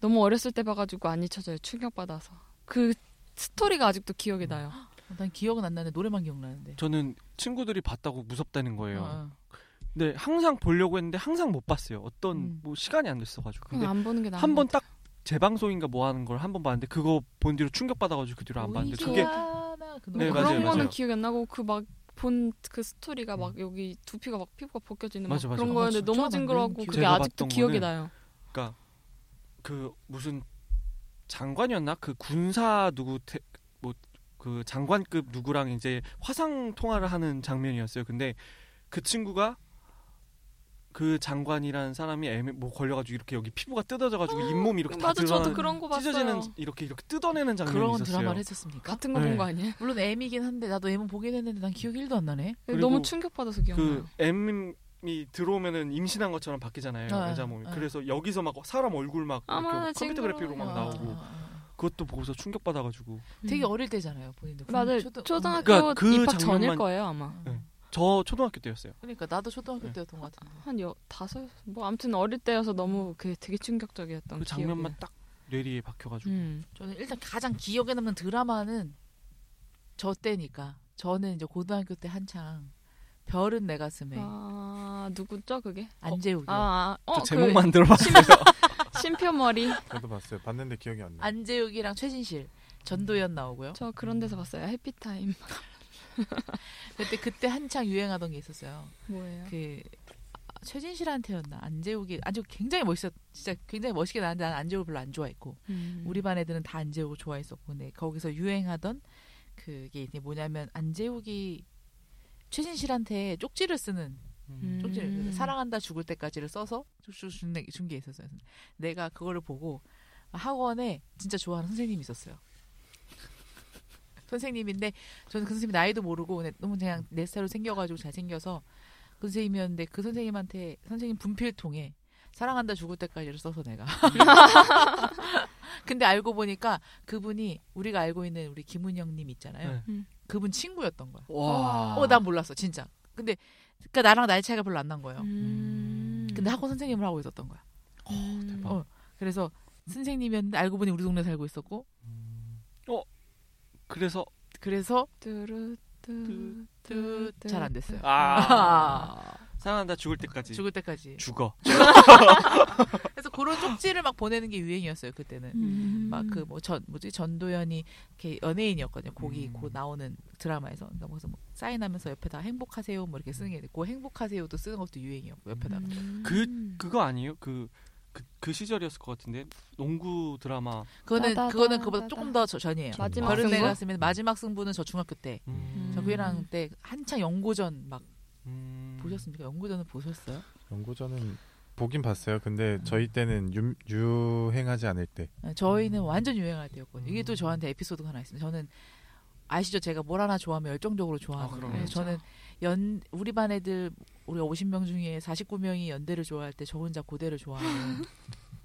Speaker 1: 너무 어렸을 때 봐가지고 안 잊혀져요 충격 받아서 그 스토리가 아직도 기억이 나요.
Speaker 3: 어, 난 기억은 안 나는데 노래만 기억나는데.
Speaker 4: 저는 친구들이 봤다고 무섭다는 거예요.
Speaker 3: 어.
Speaker 4: 근데 항상 보려고 했는데 항상 못 봤어요. 어떤
Speaker 3: 음.
Speaker 4: 뭐 시간이 안 됐어가지고.
Speaker 1: 그냥
Speaker 4: 근데
Speaker 1: 안 보는 게 나은
Speaker 4: 한
Speaker 1: 것
Speaker 4: 번 딱 재방송인가 뭐 하는 걸 한 번 봤는데 그거 본 뒤로 충격 받아가지고 그 뒤로 안 봤는데
Speaker 1: 오이시야.
Speaker 4: 그게
Speaker 3: 하나, 그
Speaker 4: 네,
Speaker 1: 같아요.
Speaker 4: 맞아요,
Speaker 1: 뭐 그런 거는
Speaker 4: 맞아요.
Speaker 1: 기억이 안 나고 그 막 본 그 스토리가 막 여기 두피가 막 피부가 벗겨지는 막
Speaker 4: 맞아, 맞아.
Speaker 1: 그런
Speaker 3: 아,
Speaker 1: 거였는데
Speaker 3: 진짜?
Speaker 1: 너무
Speaker 3: 난
Speaker 1: 징그러웠고
Speaker 3: 그런
Speaker 1: 그게
Speaker 4: 제가
Speaker 1: 아직도
Speaker 4: 봤던
Speaker 1: 기억이
Speaker 4: 거는-
Speaker 1: 나요.
Speaker 4: 그 무슨 장관이었나 그 군사 누구 태- 뭐그 장관급 누구랑 이제 화상 통화를 하는 장면이었어요. 근데 그 친구가 그 장관이라는 사람이 애매 뭐 걸려가지고 이렇게 여기 피부가 뜯어져가지고 잇몸 이렇게 다
Speaker 1: 맞아 저도
Speaker 4: 드러나는
Speaker 1: 그런 거 봤어요.
Speaker 4: 찢어지는 이렇게 이렇게 뜯어내는 장면이
Speaker 3: 그런
Speaker 4: 있었어요.
Speaker 3: 드라마를 했었습니까?
Speaker 1: 같은 거 본
Speaker 4: 네.
Speaker 1: 거 아니에요?
Speaker 3: 물론 M이긴 한데 나도 M은 보긴 했는데 난 기억이 1도 안 나네.
Speaker 4: 그리고
Speaker 1: 너무 충격 받아서 기억나요.
Speaker 4: 그 M이 들어오면은 임신한 것처럼 바뀌잖아요
Speaker 3: 네,
Speaker 4: 여자 몸이
Speaker 3: 네.
Speaker 4: 그래서 여기서 막 사람 얼굴 막
Speaker 1: 어머나,
Speaker 4: 이렇게 컴퓨터
Speaker 1: 징그러워.
Speaker 4: 그래픽으로 음. 막
Speaker 1: 아,
Speaker 4: 나오고
Speaker 3: 아,
Speaker 4: 그것도 보고서 충격 받아가지고
Speaker 3: 아. 되게 어릴 때잖아요, 본인도.
Speaker 1: 음. 맞아 요
Speaker 3: 초등- 어,
Speaker 1: 초등학교
Speaker 4: 음. 그러니까 그
Speaker 1: 입학 전일
Speaker 4: 장면만-
Speaker 1: 거예요 아마.
Speaker 4: 저 초등학교 때였어요
Speaker 3: 그러니까 나도 초등학교
Speaker 4: 네.
Speaker 3: 때였던 것 같은데.
Speaker 1: 한 여, 다섯 뭐 아무튼 어릴 때여서 너무 그게 되게 충격적이었던
Speaker 4: 그 장면만
Speaker 1: 기억이.
Speaker 4: 딱 뇌리에 박혀가지고
Speaker 1: 음.
Speaker 3: 저는 일단 가장 기억에 남는 드라마는 저 때니까. 저는 이제 고등학교 때 한창 별은 내
Speaker 4: 네.
Speaker 3: 가슴에
Speaker 1: 아 누구죠 그게?
Speaker 3: 안재욱이
Speaker 1: 어, 아, 아, 어,
Speaker 4: 저
Speaker 1: 그
Speaker 4: 제목만 들어봤어요
Speaker 1: 심표 머리.
Speaker 2: 저도 봤어요. 봤는데 기억이 안 나. 요
Speaker 3: 안재욱이랑 최진실. 전도연 나오고요.
Speaker 1: 저 그런 데서 봤어요. 해피타임.
Speaker 3: 그때 그때 한창 유행하던 게 있었어요.
Speaker 1: 뭐예요?
Speaker 3: 그 아, 최진실한테였나 안재욱이 안재욱 굉장히 멋있었 진짜 굉장히 멋있게 나왔는데 난 안재욱을 별로 안 좋아했고
Speaker 1: 음.
Speaker 3: 우리 반 애들은 다 안재욱을 좋아했었고 근데 거기서 유행하던 그게 이제 뭐냐면 안재욱이 최진실한테 쪽지를 쓰는
Speaker 1: 음.
Speaker 3: 쪽지 를 사랑한다 죽을 때까지를 써서 쪽지를 준게 있었어요. 내가 그거를 보고 학원에 진짜 좋아하는 선생님이 있었어요. 선생님인데 저는 그 선생님 나이도 모르고 그냥 너무 그냥 내 스타일로 생겨가지고 잘 생겨서 그 선생님이었는데 그 선생님한테 선생님 분필통에 사랑한다 죽을 때까지를 써서 내가 근데 알고 보니까 그분이 우리가 알고 있는 우리 김은영님 있잖아요.
Speaker 4: 네.
Speaker 1: 음.
Speaker 3: 그분 친구였던 거야.
Speaker 4: 와.
Speaker 3: 어, 난 몰랐어, 진짜. 근데, 그니까 나랑 나이 차이가 별로 안 난 거예요.
Speaker 4: 음.
Speaker 1: 음.
Speaker 3: 근데 학원 선생님을 하고 있었던 거야.
Speaker 1: 음.
Speaker 4: 대박.
Speaker 3: 어. 그래서 선생님이었는데 알고 보니 우리 동네 살고 있었고,
Speaker 2: 음,
Speaker 4: 그래서
Speaker 3: 그래서
Speaker 1: 뚜루 뚜루 뚜루
Speaker 3: 잘안 됐어요.
Speaker 1: 뚜루.
Speaker 4: 아. 사랑한다 죽을 때까지.
Speaker 3: 죽을 때까지.
Speaker 4: 죽어.
Speaker 3: 그래서 그런 쪽지를 막 보내는 게 유행이었어요, 그때는.
Speaker 1: 음.
Speaker 3: 막 그 뭐 전 뭐지 전도연이 이렇게 연예인이었거든요. 거기
Speaker 4: 음.
Speaker 3: 그 나오는 드라마에서 그러니까 거기서 뭐 사인하면서 옆에다 행복하세요 뭐 이렇게 쓰는 게 있고 행복하세요도 쓰는 것도 유행이었고 그 옆에다가
Speaker 1: 음.
Speaker 4: 그거 아니에요? 그, 그, 그 시절이었을 것 같은데 농구 드라마.
Speaker 3: 그거는
Speaker 1: 따다다,
Speaker 3: 그거는 그보다
Speaker 1: 따다다.
Speaker 3: 조금 더 저- 전이에요.
Speaker 1: 마지막
Speaker 3: 버른
Speaker 1: 승부?
Speaker 3: 내 갔으면 마지막 승부는 저 중학교 때.
Speaker 4: 음.
Speaker 3: 저 그랑 때 한창 연고전 막
Speaker 4: 음.
Speaker 3: 보셨습니까? 연고전은 보셨어요?
Speaker 2: 연고전은 보긴 봤어요. 근데 저희 때는 유, 유행하지 않을 때.
Speaker 3: 네,
Speaker 4: 음.
Speaker 3: 저희는 완전 유행할 때였거든요. 이게 또 저한테 에피소드가 하나 있습니다. 저는 아시죠? 제가 뭘 하나 좋아하면 열정적으로
Speaker 4: 아,
Speaker 3: 좋아하는
Speaker 4: 그럼요.
Speaker 3: 거예요. 저는 연 우리 반 애들 우리 50명 중에 49명이 연대를 좋아할 때 저 혼자 고대를 좋아하는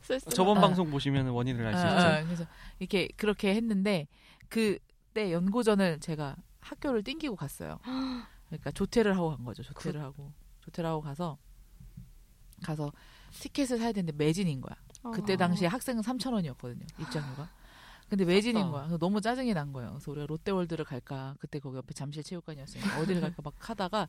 Speaker 1: 쓸쓸하다.
Speaker 4: 저번
Speaker 3: 아.
Speaker 4: 방송 보시면 원인을 알 수 있죠.
Speaker 3: 아, 아, 그래서 이렇게 그렇게 했는데 그때 연고전을 제가 학교를 땡기고 갔어요. 그러니까 조퇴를 하고 간 거죠. 조퇴를
Speaker 4: 그
Speaker 3: 하고 조퇴를 하고 가서 가서 티켓을 사야 되는데 매진인 거야. 그때
Speaker 1: 어.
Speaker 3: 당시에 학생은 3,000원이었거든요. 입장료가. 근데 매진인
Speaker 4: 쌌다.
Speaker 3: 거야. 그래서 너무 짜증이 난 거예요. 그래서 우리가 롯데월드를 갈까? 그때 거기 옆에 잠실 체육관이었으니까 어디를 갈까 막 하다가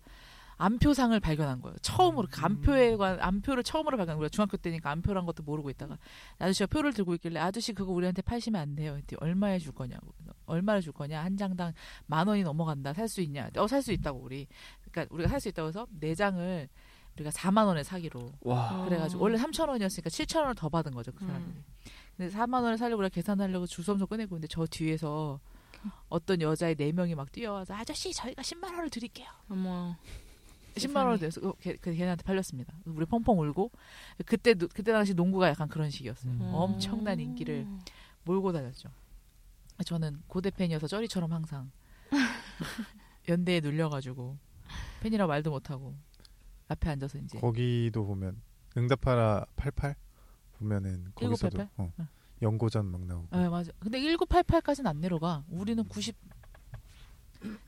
Speaker 3: 안표상을 발견한 거예요. 처음으로 그 안표에 관 안표를 처음으로 발견한 거예요. 중학교 때니까 안표란 것도 모르고 있다가 아저씨가 표를 들고 있길래 아저씨 그거 우리한테 팔시면 안 돼요. 그랬더니 얼마에 줄 거냐고. 그래서 얼마를 줄 거냐? 한 장당 만 원이 넘어간다. 살 수 있냐? 어 살 수 있다고 우리. 그러니까 우리가 살 수 있다고 해서 네 장을 우리가 4만 원에 사기로
Speaker 4: 와.
Speaker 1: 어.
Speaker 3: 그래가지고 원래 3천 원이었으니까 7천 원을 더 받은 거죠 그 사람들이.
Speaker 1: 음.
Speaker 3: 근데 4만 원을 살려고 우리가 계산하려고 주섬서 꺼내고 있는데 저 뒤에서 어떤 여자의 네 명이 막 뛰어와서 아저씨 저희가 10만 원을 드릴게요.
Speaker 1: 어머.
Speaker 3: 10만 원을
Speaker 1: 세상에.
Speaker 3: 내서 그, 걔- 그 걔한테 팔렸습니다. 우리 펑펑 울고 그때 노- 그때 당시 농구가 약간 그런 식이었어요.
Speaker 4: 음.
Speaker 3: 엄청난 인기를 몰고 다녔죠. 저는 고대 팬이어서 쩌리처럼 항상 연대에 눌려가지고 팬이라 말도 못하고 앞에 앉아서 이제
Speaker 2: 거기도 보면 응답하라 88 보면은 거기서도
Speaker 3: 1988?
Speaker 2: 어,
Speaker 3: 응.
Speaker 2: 연고전 막 나오고.
Speaker 3: 네, 맞아. 근데 1988까지는 안 내려가. 우리는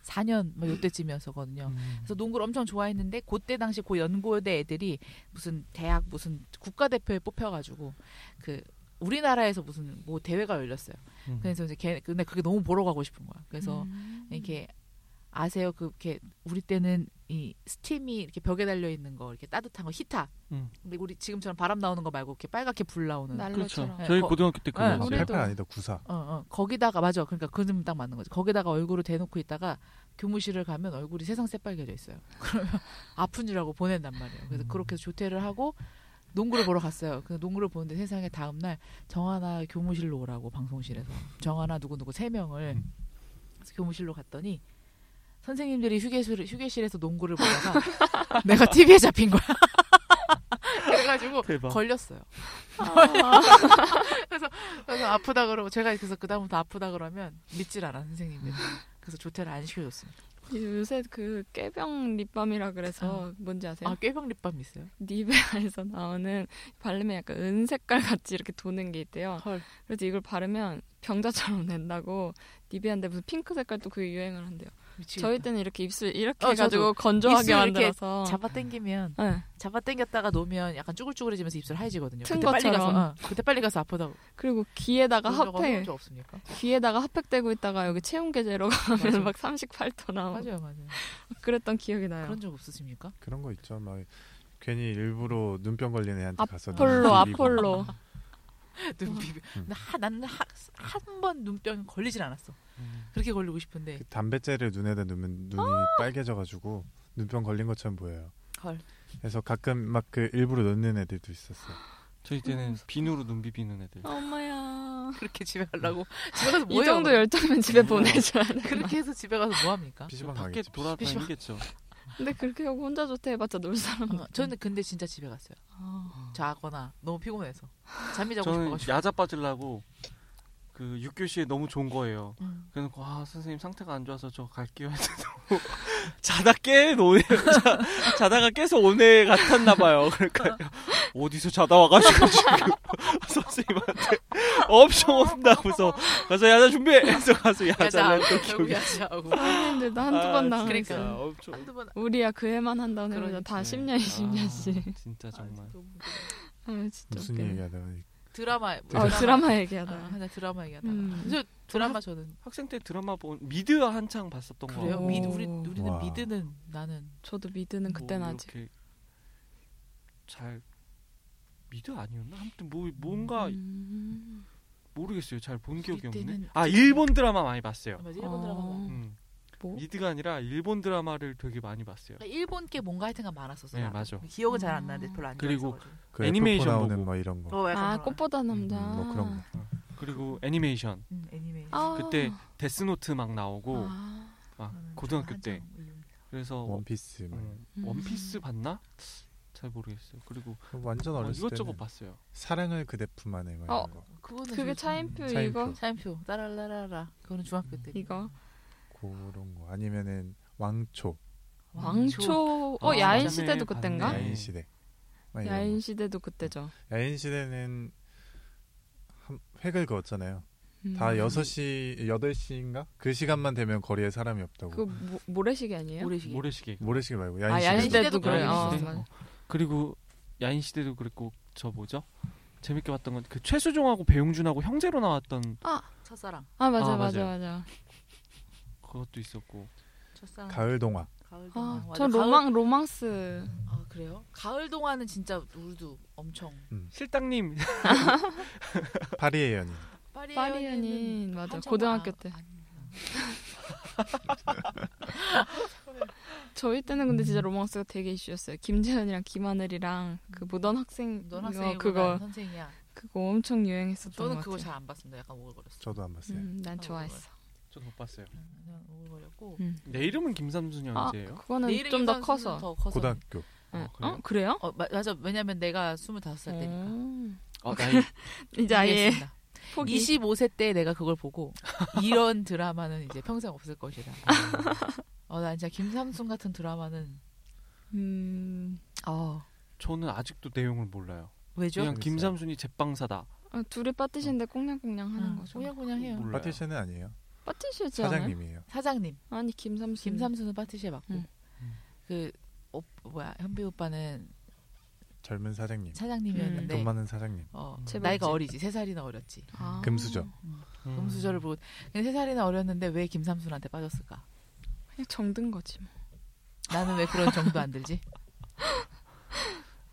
Speaker 3: 94년 막 이때쯤이었거든요. 그래서 농구를 엄청 좋아했는데 그때 당시 고 연고대 애들이 무슨 대학 무슨 국가대표에 뽑혀가지고 그 우리나라에서 무슨 뭐 대회가 열렸어요.
Speaker 4: 음.
Speaker 3: 그래서 이제 걔 근데 그게 너무 보러 가고 싶은 거야. 그래서
Speaker 1: 음.
Speaker 3: 이렇게 아세요? 그 이렇게 우리 때는 이 스팀이 이렇게 벽에 달려 있는 거 이렇게 따뜻한 거 히타.
Speaker 4: 음.
Speaker 3: 근데 우리 지금처럼 바람 나오는 거 말고 이렇게 빨갛게 불 나오는
Speaker 4: 그렇죠.
Speaker 1: 난로처럼.
Speaker 3: 네,
Speaker 4: 저희
Speaker 3: 거-
Speaker 4: 고등학교 때 그거
Speaker 3: 네,
Speaker 4: 였어요
Speaker 1: 우리- 그래도-
Speaker 2: 88 아니다 94.
Speaker 3: 어, 어. 거기다가 맞아. 그러니까 그는 딱 맞는 거지. 거기다가 얼굴을 대놓고 있다가 교무실을 가면 얼굴이 세상 새빨개져 있어요. 그러면 아픈 줄 알고 보낸단 말이에요. 그래서
Speaker 4: 음.
Speaker 3: 그렇게 해서 조퇴를 하고 농구를 보러 갔어요. 그래서 농구를 보는데 세상에 다음 날 정하나 교무실로 오라고 방송실에서 정하나 누구 누구 세 명을
Speaker 4: 음.
Speaker 3: 그래서 교무실로 갔더니 선생님들이 휴게실 휴게실에서 농구를 보다가 내가 TV에 잡힌 거야. 그래가지고
Speaker 4: 대박.
Speaker 3: 걸렸어요. 그래서, 그래서 아프다 그러고 제가 그래서 그 다음부터 아프다 그러면 믿질 않아 선생님들. 그래서 조퇴를 안 시켜줬습니다.
Speaker 1: 요새 그 깨병 립밤이라 그래서 뭔지 아세요?
Speaker 3: 아 꾀병 립밤 있어요?
Speaker 1: 니베아에서 나오는 바르면 약간 은색깔 같이 이렇게 도는 게 있대요.
Speaker 3: 헐.
Speaker 1: 그래서 이걸 바르면 병자처럼 낸다고 니베아인데 무슨 핑크 색깔도 그게 유행을 한대요.
Speaker 3: 미치겠다.
Speaker 1: 저희 때는 이렇게 입술 이렇게
Speaker 3: 어,
Speaker 1: 해가지고 건조하게
Speaker 3: 입술 이렇게
Speaker 1: 만들어서
Speaker 3: 잡아 당기면
Speaker 1: 네.
Speaker 3: 잡아 당겼다가 놓으면 약간 쭈글쭈글해지면서 입술 하얘지거든요.
Speaker 1: 튼
Speaker 3: 그때 빨리
Speaker 1: 것처럼.
Speaker 3: 가서 어, 그때 빨리 가서 아프다고.
Speaker 1: 그리고 귀에다가 핫팩
Speaker 3: 적 없습니까?
Speaker 1: 귀에다가 핫팩대고 있다가 여기 체온계 재로
Speaker 3: 맞아요.
Speaker 1: 가면 막 어. 38도 나오고
Speaker 3: 맞아요, 맞아요.
Speaker 1: 그랬던 기억이 나요.
Speaker 3: 그런 적 없으십니까?
Speaker 2: 그런 거 있죠. 막 괜히 일부러 눈병 걸린 애한테 가서
Speaker 1: 아폴로
Speaker 2: 눈 돌리고.
Speaker 1: 아폴로
Speaker 3: 눈비. 근데 하, 어. 나는 한번 눈병 걸리질 않았어.
Speaker 4: 음.
Speaker 3: 그렇게 걸리고 싶은데
Speaker 2: 그 담배째를 눈에다 넣으면 눈이
Speaker 1: 아!
Speaker 2: 빨개져가지고 눈병 걸린 것처럼 보여요.
Speaker 3: 헐.
Speaker 2: 그래서 가끔 막 그 일부러 넣는 애들도 있었어요.
Speaker 4: 저희 때는 비누로 눈 비비는 애들.
Speaker 2: 아,
Speaker 1: 엄마야.
Speaker 3: 그렇게 집에 가려고 집에 가서
Speaker 1: 이
Speaker 3: 뭐해요?
Speaker 1: 정도 열정은 집에 보내줘야 돼.
Speaker 3: 그렇게 해서 집에 가서 뭐
Speaker 1: 아,
Speaker 3: 합니까?
Speaker 2: PC방
Speaker 4: 그 밖에
Speaker 2: 가겠지.
Speaker 3: PC방.
Speaker 4: 돌아다니겠죠.
Speaker 1: 근데 그렇게 하고 혼자 좋대 해봤자 놀 사람.
Speaker 3: 어, 저는 근데 진짜 집에 갔어요.
Speaker 1: 아,
Speaker 3: 자거나 너무 피곤해서 잠이 자고
Speaker 4: 저는
Speaker 3: 싶어가지고.
Speaker 4: 야자 빠질라고 그 6교시에 너무 좋은 거예요.
Speaker 3: 음.
Speaker 4: 그래서 와 아, 선생님 상태가 안 좋아서 저 갈게요 해서 자다 깬 오네 자, 자다가 깨서 오네 같았나 봐요. 그러니까 어디서 자다 와가지고 지금 선생님한테 엄청 혼나고서 가서 야자 준비해 해서 가서 야자를
Speaker 3: 야자하고
Speaker 4: 또
Speaker 3: 결국
Speaker 4: 기억이
Speaker 3: 야자하고
Speaker 1: 아. 선생님들도 한두 번
Speaker 4: 아,
Speaker 1: 나가니까.
Speaker 4: 진짜
Speaker 3: 그러니까.
Speaker 4: 엄청
Speaker 3: 한두 번
Speaker 1: 우리야 그 애만 한다고 해서
Speaker 3: 그러니까.
Speaker 4: 네.
Speaker 1: 다 10년 20년씩.
Speaker 4: 아, 진짜 정말
Speaker 3: 아직도 못
Speaker 1: 아 진짜
Speaker 2: 무슨
Speaker 1: 웃기네.
Speaker 2: 얘기하다가 그
Speaker 3: 드라마
Speaker 4: 아,
Speaker 1: 어, 드라마 얘기하다.
Speaker 3: 아, 나 드라마 얘기하다가
Speaker 1: 음.
Speaker 3: 저 드라마 저는
Speaker 4: 학생 때 드라마 본 미드 한창 봤었던 거
Speaker 3: 그래요
Speaker 1: 오.
Speaker 3: 미드 우리 우리는
Speaker 2: 와.
Speaker 3: 미드는 나는
Speaker 1: 저도 미드는 그때
Speaker 4: 뭐
Speaker 1: 나지.
Speaker 4: 이렇게 잘 미드 아니었나? 아무튼 뭐 뭔가
Speaker 1: 음.
Speaker 4: 모르겠어요. 잘 본
Speaker 1: 그
Speaker 4: 기억이
Speaker 3: 우리 때는
Speaker 4: 없네. 아 일본 드라마 많이 봤어요.
Speaker 3: 아마 일본 드라마
Speaker 1: 어,
Speaker 4: 음.
Speaker 1: 뭐?
Speaker 4: 미드가 아니라 일본 드라마를 되게 많이 봤어요.
Speaker 3: 일본 게 뭔가 하여튼간 많았었어요.
Speaker 4: 네,
Speaker 3: 나는.
Speaker 4: 맞아.
Speaker 3: 기억은 잘 안
Speaker 1: 아.
Speaker 3: 나는데 별로 안
Speaker 4: 그리고
Speaker 3: 좋아해서.
Speaker 2: 그 애니메이션
Speaker 4: 애니메이션
Speaker 2: 나오는
Speaker 4: 보고.
Speaker 2: 뭐 이런 거.
Speaker 3: 어, 약간
Speaker 1: 아
Speaker 3: 그런 거.
Speaker 1: 꽃보다 남자.
Speaker 2: 음,
Speaker 4: 어,
Speaker 2: 뭐 그런 거.
Speaker 4: 그리고 애니메이션
Speaker 3: 음, 애니메이션.
Speaker 1: 아.
Speaker 4: 그때 뭐 데스노트 막 나오고
Speaker 1: 아,
Speaker 4: 막
Speaker 3: 저는
Speaker 4: 고등학교
Speaker 3: 한참
Speaker 4: 때
Speaker 3: 이용-
Speaker 4: 그래서
Speaker 2: 원피스 뭐
Speaker 4: 어. 음,
Speaker 1: 음.
Speaker 4: 원피스 봤나? 잘 모르겠어요. 그리고
Speaker 2: 완전
Speaker 4: 막
Speaker 2: 음. 어렸을
Speaker 4: 이것저것
Speaker 2: 때는
Speaker 4: 봤어요.
Speaker 2: 사랑을 그대 품 안에 막 이런
Speaker 1: 어.
Speaker 2: 거.
Speaker 3: 그거는
Speaker 1: 그게
Speaker 3: 저기-
Speaker 1: 차인표 음,
Speaker 2: 차인표.
Speaker 1: 이거
Speaker 3: 차인표 따랄라라라 그거는 중학교 때
Speaker 1: 이거
Speaker 2: 그런 거 아니면은 왕초
Speaker 1: 왕초. 네. 어
Speaker 4: 아,
Speaker 1: 야인
Speaker 4: 맞네,
Speaker 1: 시대도 그땐가?
Speaker 4: 봤네.
Speaker 2: 야인 시대. 막 이런
Speaker 1: 야인
Speaker 2: 거.
Speaker 1: 시대도 그때죠.
Speaker 2: 야인 시대는 한 획을 그었잖아요.
Speaker 1: 음.
Speaker 2: 다 6시 8시인가? 그 시간만 되면 거리에 사람이 없다고.
Speaker 1: 그 모, 모래시계 아니에요?
Speaker 3: 모래시계
Speaker 4: 모래시계.
Speaker 2: 모래시계 말고 야인
Speaker 1: 아
Speaker 2: 시대.
Speaker 1: 야인
Speaker 3: 시대도
Speaker 1: 시대도
Speaker 3: 그래요.
Speaker 1: 그래. 어,
Speaker 4: 야인 시대.
Speaker 1: 맞아.
Speaker 4: 그리고 야인 시대도 그랬고 저 뭐죠? 재밌게 봤던 건 그 최수종하고 배용준하고 형제로 나왔던
Speaker 3: 첫사랑
Speaker 1: 아 맞아
Speaker 4: 아,
Speaker 1: 맞아
Speaker 4: 맞아요.
Speaker 1: 맞아.
Speaker 4: 그것도 있었고
Speaker 1: 음.
Speaker 3: 첫사랑
Speaker 2: 가을 동화.
Speaker 3: 가을 동화
Speaker 1: 아,
Speaker 3: 맞아,
Speaker 1: 저
Speaker 3: 가을-
Speaker 1: 로망 로망스.
Speaker 3: 아 그래요 가을 동화는 진짜 우리도 엄청
Speaker 4: 실당님
Speaker 2: 파리의 연인.
Speaker 3: 파리의
Speaker 1: 파리의
Speaker 3: 연인은
Speaker 1: 연인, 맞아.
Speaker 3: 한참
Speaker 1: 고등학교
Speaker 3: 아-
Speaker 1: 때.
Speaker 3: 안-
Speaker 1: 저희 때는 근데 진짜 로망스가 되게 이슈였어요. 김재현이랑 김하늘이랑 그 모던 학생
Speaker 3: 넌
Speaker 1: 그거-
Speaker 3: 학생이고 난
Speaker 1: 그거
Speaker 3: 선생이야
Speaker 1: 그거 엄청 유행했었던 것
Speaker 3: 저는
Speaker 1: 같아요.
Speaker 3: 그거 잘 안 봤습니다 약간 오글거렸어
Speaker 2: 저도 안 봤어요.
Speaker 1: 음,
Speaker 4: 네.
Speaker 1: 난
Speaker 3: 아,
Speaker 1: 좋아했어.
Speaker 4: 저못 봤어요.
Speaker 3: 그냥 오글거렸고
Speaker 1: 음.
Speaker 4: 내 이름은 김삼순이
Speaker 1: 아
Speaker 4: 언제예요?
Speaker 1: 그거는 좀 더 커서.
Speaker 3: 더 커서
Speaker 2: 고등학교.
Speaker 1: 응.
Speaker 4: 아,
Speaker 1: 어 그래요?
Speaker 4: 그래요?
Speaker 3: 어 마, 맞아 왜냐면 내가 25살 때니까
Speaker 1: 어.
Speaker 4: 아, 나이
Speaker 1: 이제 아예
Speaker 3: 이해했습니다.
Speaker 1: 포기.
Speaker 3: 25세 때 내가 그걸 보고 이런 드라마는 이제 평생 없을 것이다. 어, 나 진짜 김삼순 같은 드라마는
Speaker 1: 음,
Speaker 3: 어,
Speaker 4: 저는 아직도 내용을 몰라요.
Speaker 3: 왜죠?
Speaker 4: 그냥
Speaker 2: 재밌어요.
Speaker 4: 김삼순이 제빵사다.
Speaker 1: 아, 둘이 빠뜨신데 꽁냥꽁냥
Speaker 3: 아.
Speaker 1: 하는 거죠.
Speaker 3: 꼬냥꼬냥해요.
Speaker 4: 몰라요.
Speaker 2: 파티션은 아니에요.
Speaker 1: 빠뜨시지 않아요?
Speaker 2: 사장님이에요.
Speaker 3: 사장님
Speaker 1: 아니 김삼순.
Speaker 3: 김삼순은 파티시에 맞고
Speaker 1: 음.
Speaker 3: 그 어, 뭐야 현비 오빠는
Speaker 2: 젊은 사장님.
Speaker 3: 사장님이었는데
Speaker 1: 네. 음.
Speaker 4: 음.
Speaker 2: 돈 많은 사장님.
Speaker 3: 어,
Speaker 1: 재벌집.
Speaker 3: 나이가 어리지 세 살이나 어렸지.
Speaker 1: 아.
Speaker 2: 금수저.
Speaker 4: 음.
Speaker 3: 금수저를 보고 근데 세 살이나 어렸는데 왜 김삼순한테 빠졌을까?
Speaker 1: 그냥 정든 거지 뭐.
Speaker 3: 나는 왜 그런 정도 안 들지?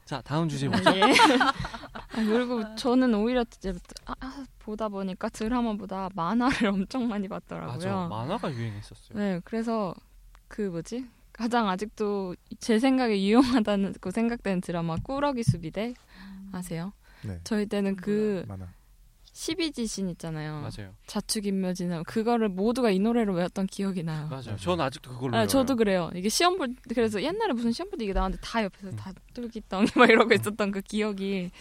Speaker 4: 자 다음 주제 보죠.
Speaker 1: 아, 예. 아, 그리고 저는 오히려 이제 아, 아, 보다 보니까 드라마보다 만화를 엄청 많이 봤더라고요.
Speaker 4: 맞아 만화가 유행했었어요.
Speaker 1: 네, 그래서 그 뭐지? 가장 아직도 제 생각에 유용하다는 그 생각되는 드라마 꾸러기 수비대 아세요?
Speaker 2: 네.
Speaker 1: 저희 때는 그
Speaker 2: 많아.
Speaker 1: 십이지신 있잖아요.
Speaker 4: 맞아요.
Speaker 1: 자축인묘지는 그거를 모두가 이 노래로 외웠던 기억이 나요.
Speaker 4: 맞아요.
Speaker 2: 맞아요.
Speaker 4: 전 아직도 그걸로.
Speaker 1: 네. 아, 저도
Speaker 4: 외워요.
Speaker 1: 그래요. 이게 시험 볼 그래서 옛날에 무슨 시험 볼 때 이게 나왔는데 다 옆에서 다 똘기덩이 막 이러고 있었던 그 기억이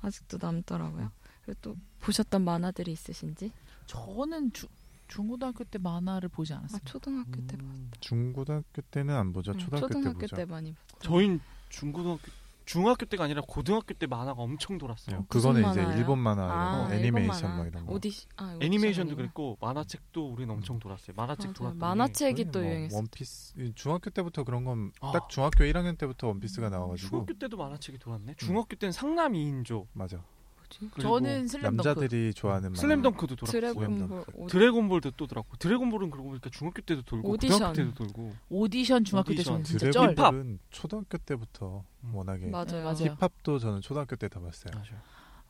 Speaker 1: 아직도 남더라고요. 그리고 또 보셨던 만화들이 있으신지?
Speaker 3: 저는 주, 중고등학교 때 만화를 보지
Speaker 1: 아
Speaker 3: 않았어요.
Speaker 1: 초등학교 때 봤-
Speaker 4: 음.
Speaker 2: 중고등학교 때는 안 보죠.
Speaker 1: 응, 음,
Speaker 2: 초등학교,
Speaker 1: 초등학교
Speaker 2: 때 보죠.
Speaker 1: 때 많이 봤어요.
Speaker 4: 저희 중고등학교 중학교 때가 아니라 고등학교 때 만화가 엄청 돌았어요.
Speaker 2: 어, 그거는
Speaker 1: 무슨
Speaker 2: 이제
Speaker 1: 만화예요?
Speaker 2: 일본 만화 아, 이런 거,
Speaker 1: 일본
Speaker 2: 애니메이션
Speaker 1: 만화.
Speaker 2: 막 이런 거.
Speaker 1: 아, 오디시, 아, 오디션
Speaker 4: 애니메이션도
Speaker 1: 아니구나.
Speaker 4: 그랬고 만화책도 우린
Speaker 2: 음.
Speaker 4: 엄청 돌았어요. 만화책
Speaker 1: 맞아요.
Speaker 4: 돌았던 게
Speaker 1: 만화책이 또
Speaker 2: 뭐
Speaker 1: 유행했어.
Speaker 2: 원피스 중학교 때부터 그런 건
Speaker 4: 아.
Speaker 2: 딱 중학교 1학년 때부터 원피스가 나와가지고 음.
Speaker 4: 중학교 때도 만화책이 돌았네. 중학교 때는 상남 2인조
Speaker 2: 맞아.
Speaker 4: 그리고
Speaker 3: 저는 슬램덩크
Speaker 2: 남자들이 좋아하는 만화.
Speaker 4: 음. 슬램덩크도 돌았고
Speaker 1: 드래곤볼
Speaker 2: 오염
Speaker 1: 오-
Speaker 4: 드래곤볼도 또 돌았고 드래곤볼은 그러고 보니까 중학교 때도 돌고
Speaker 1: 오디션.
Speaker 4: 고등학교 때도 돌고
Speaker 3: 오디션 중학교 때
Speaker 4: 오디션,
Speaker 3: 저는 진짜 쩔.
Speaker 2: 드래곤볼은 초등학교 때부터
Speaker 4: 음.
Speaker 2: 워낙에
Speaker 1: 맞아요,
Speaker 3: 네,
Speaker 1: 맞아요.
Speaker 3: 맞아요.
Speaker 2: 힙합도 저는 초등학교 때 다 봤어요.
Speaker 4: 맞아요.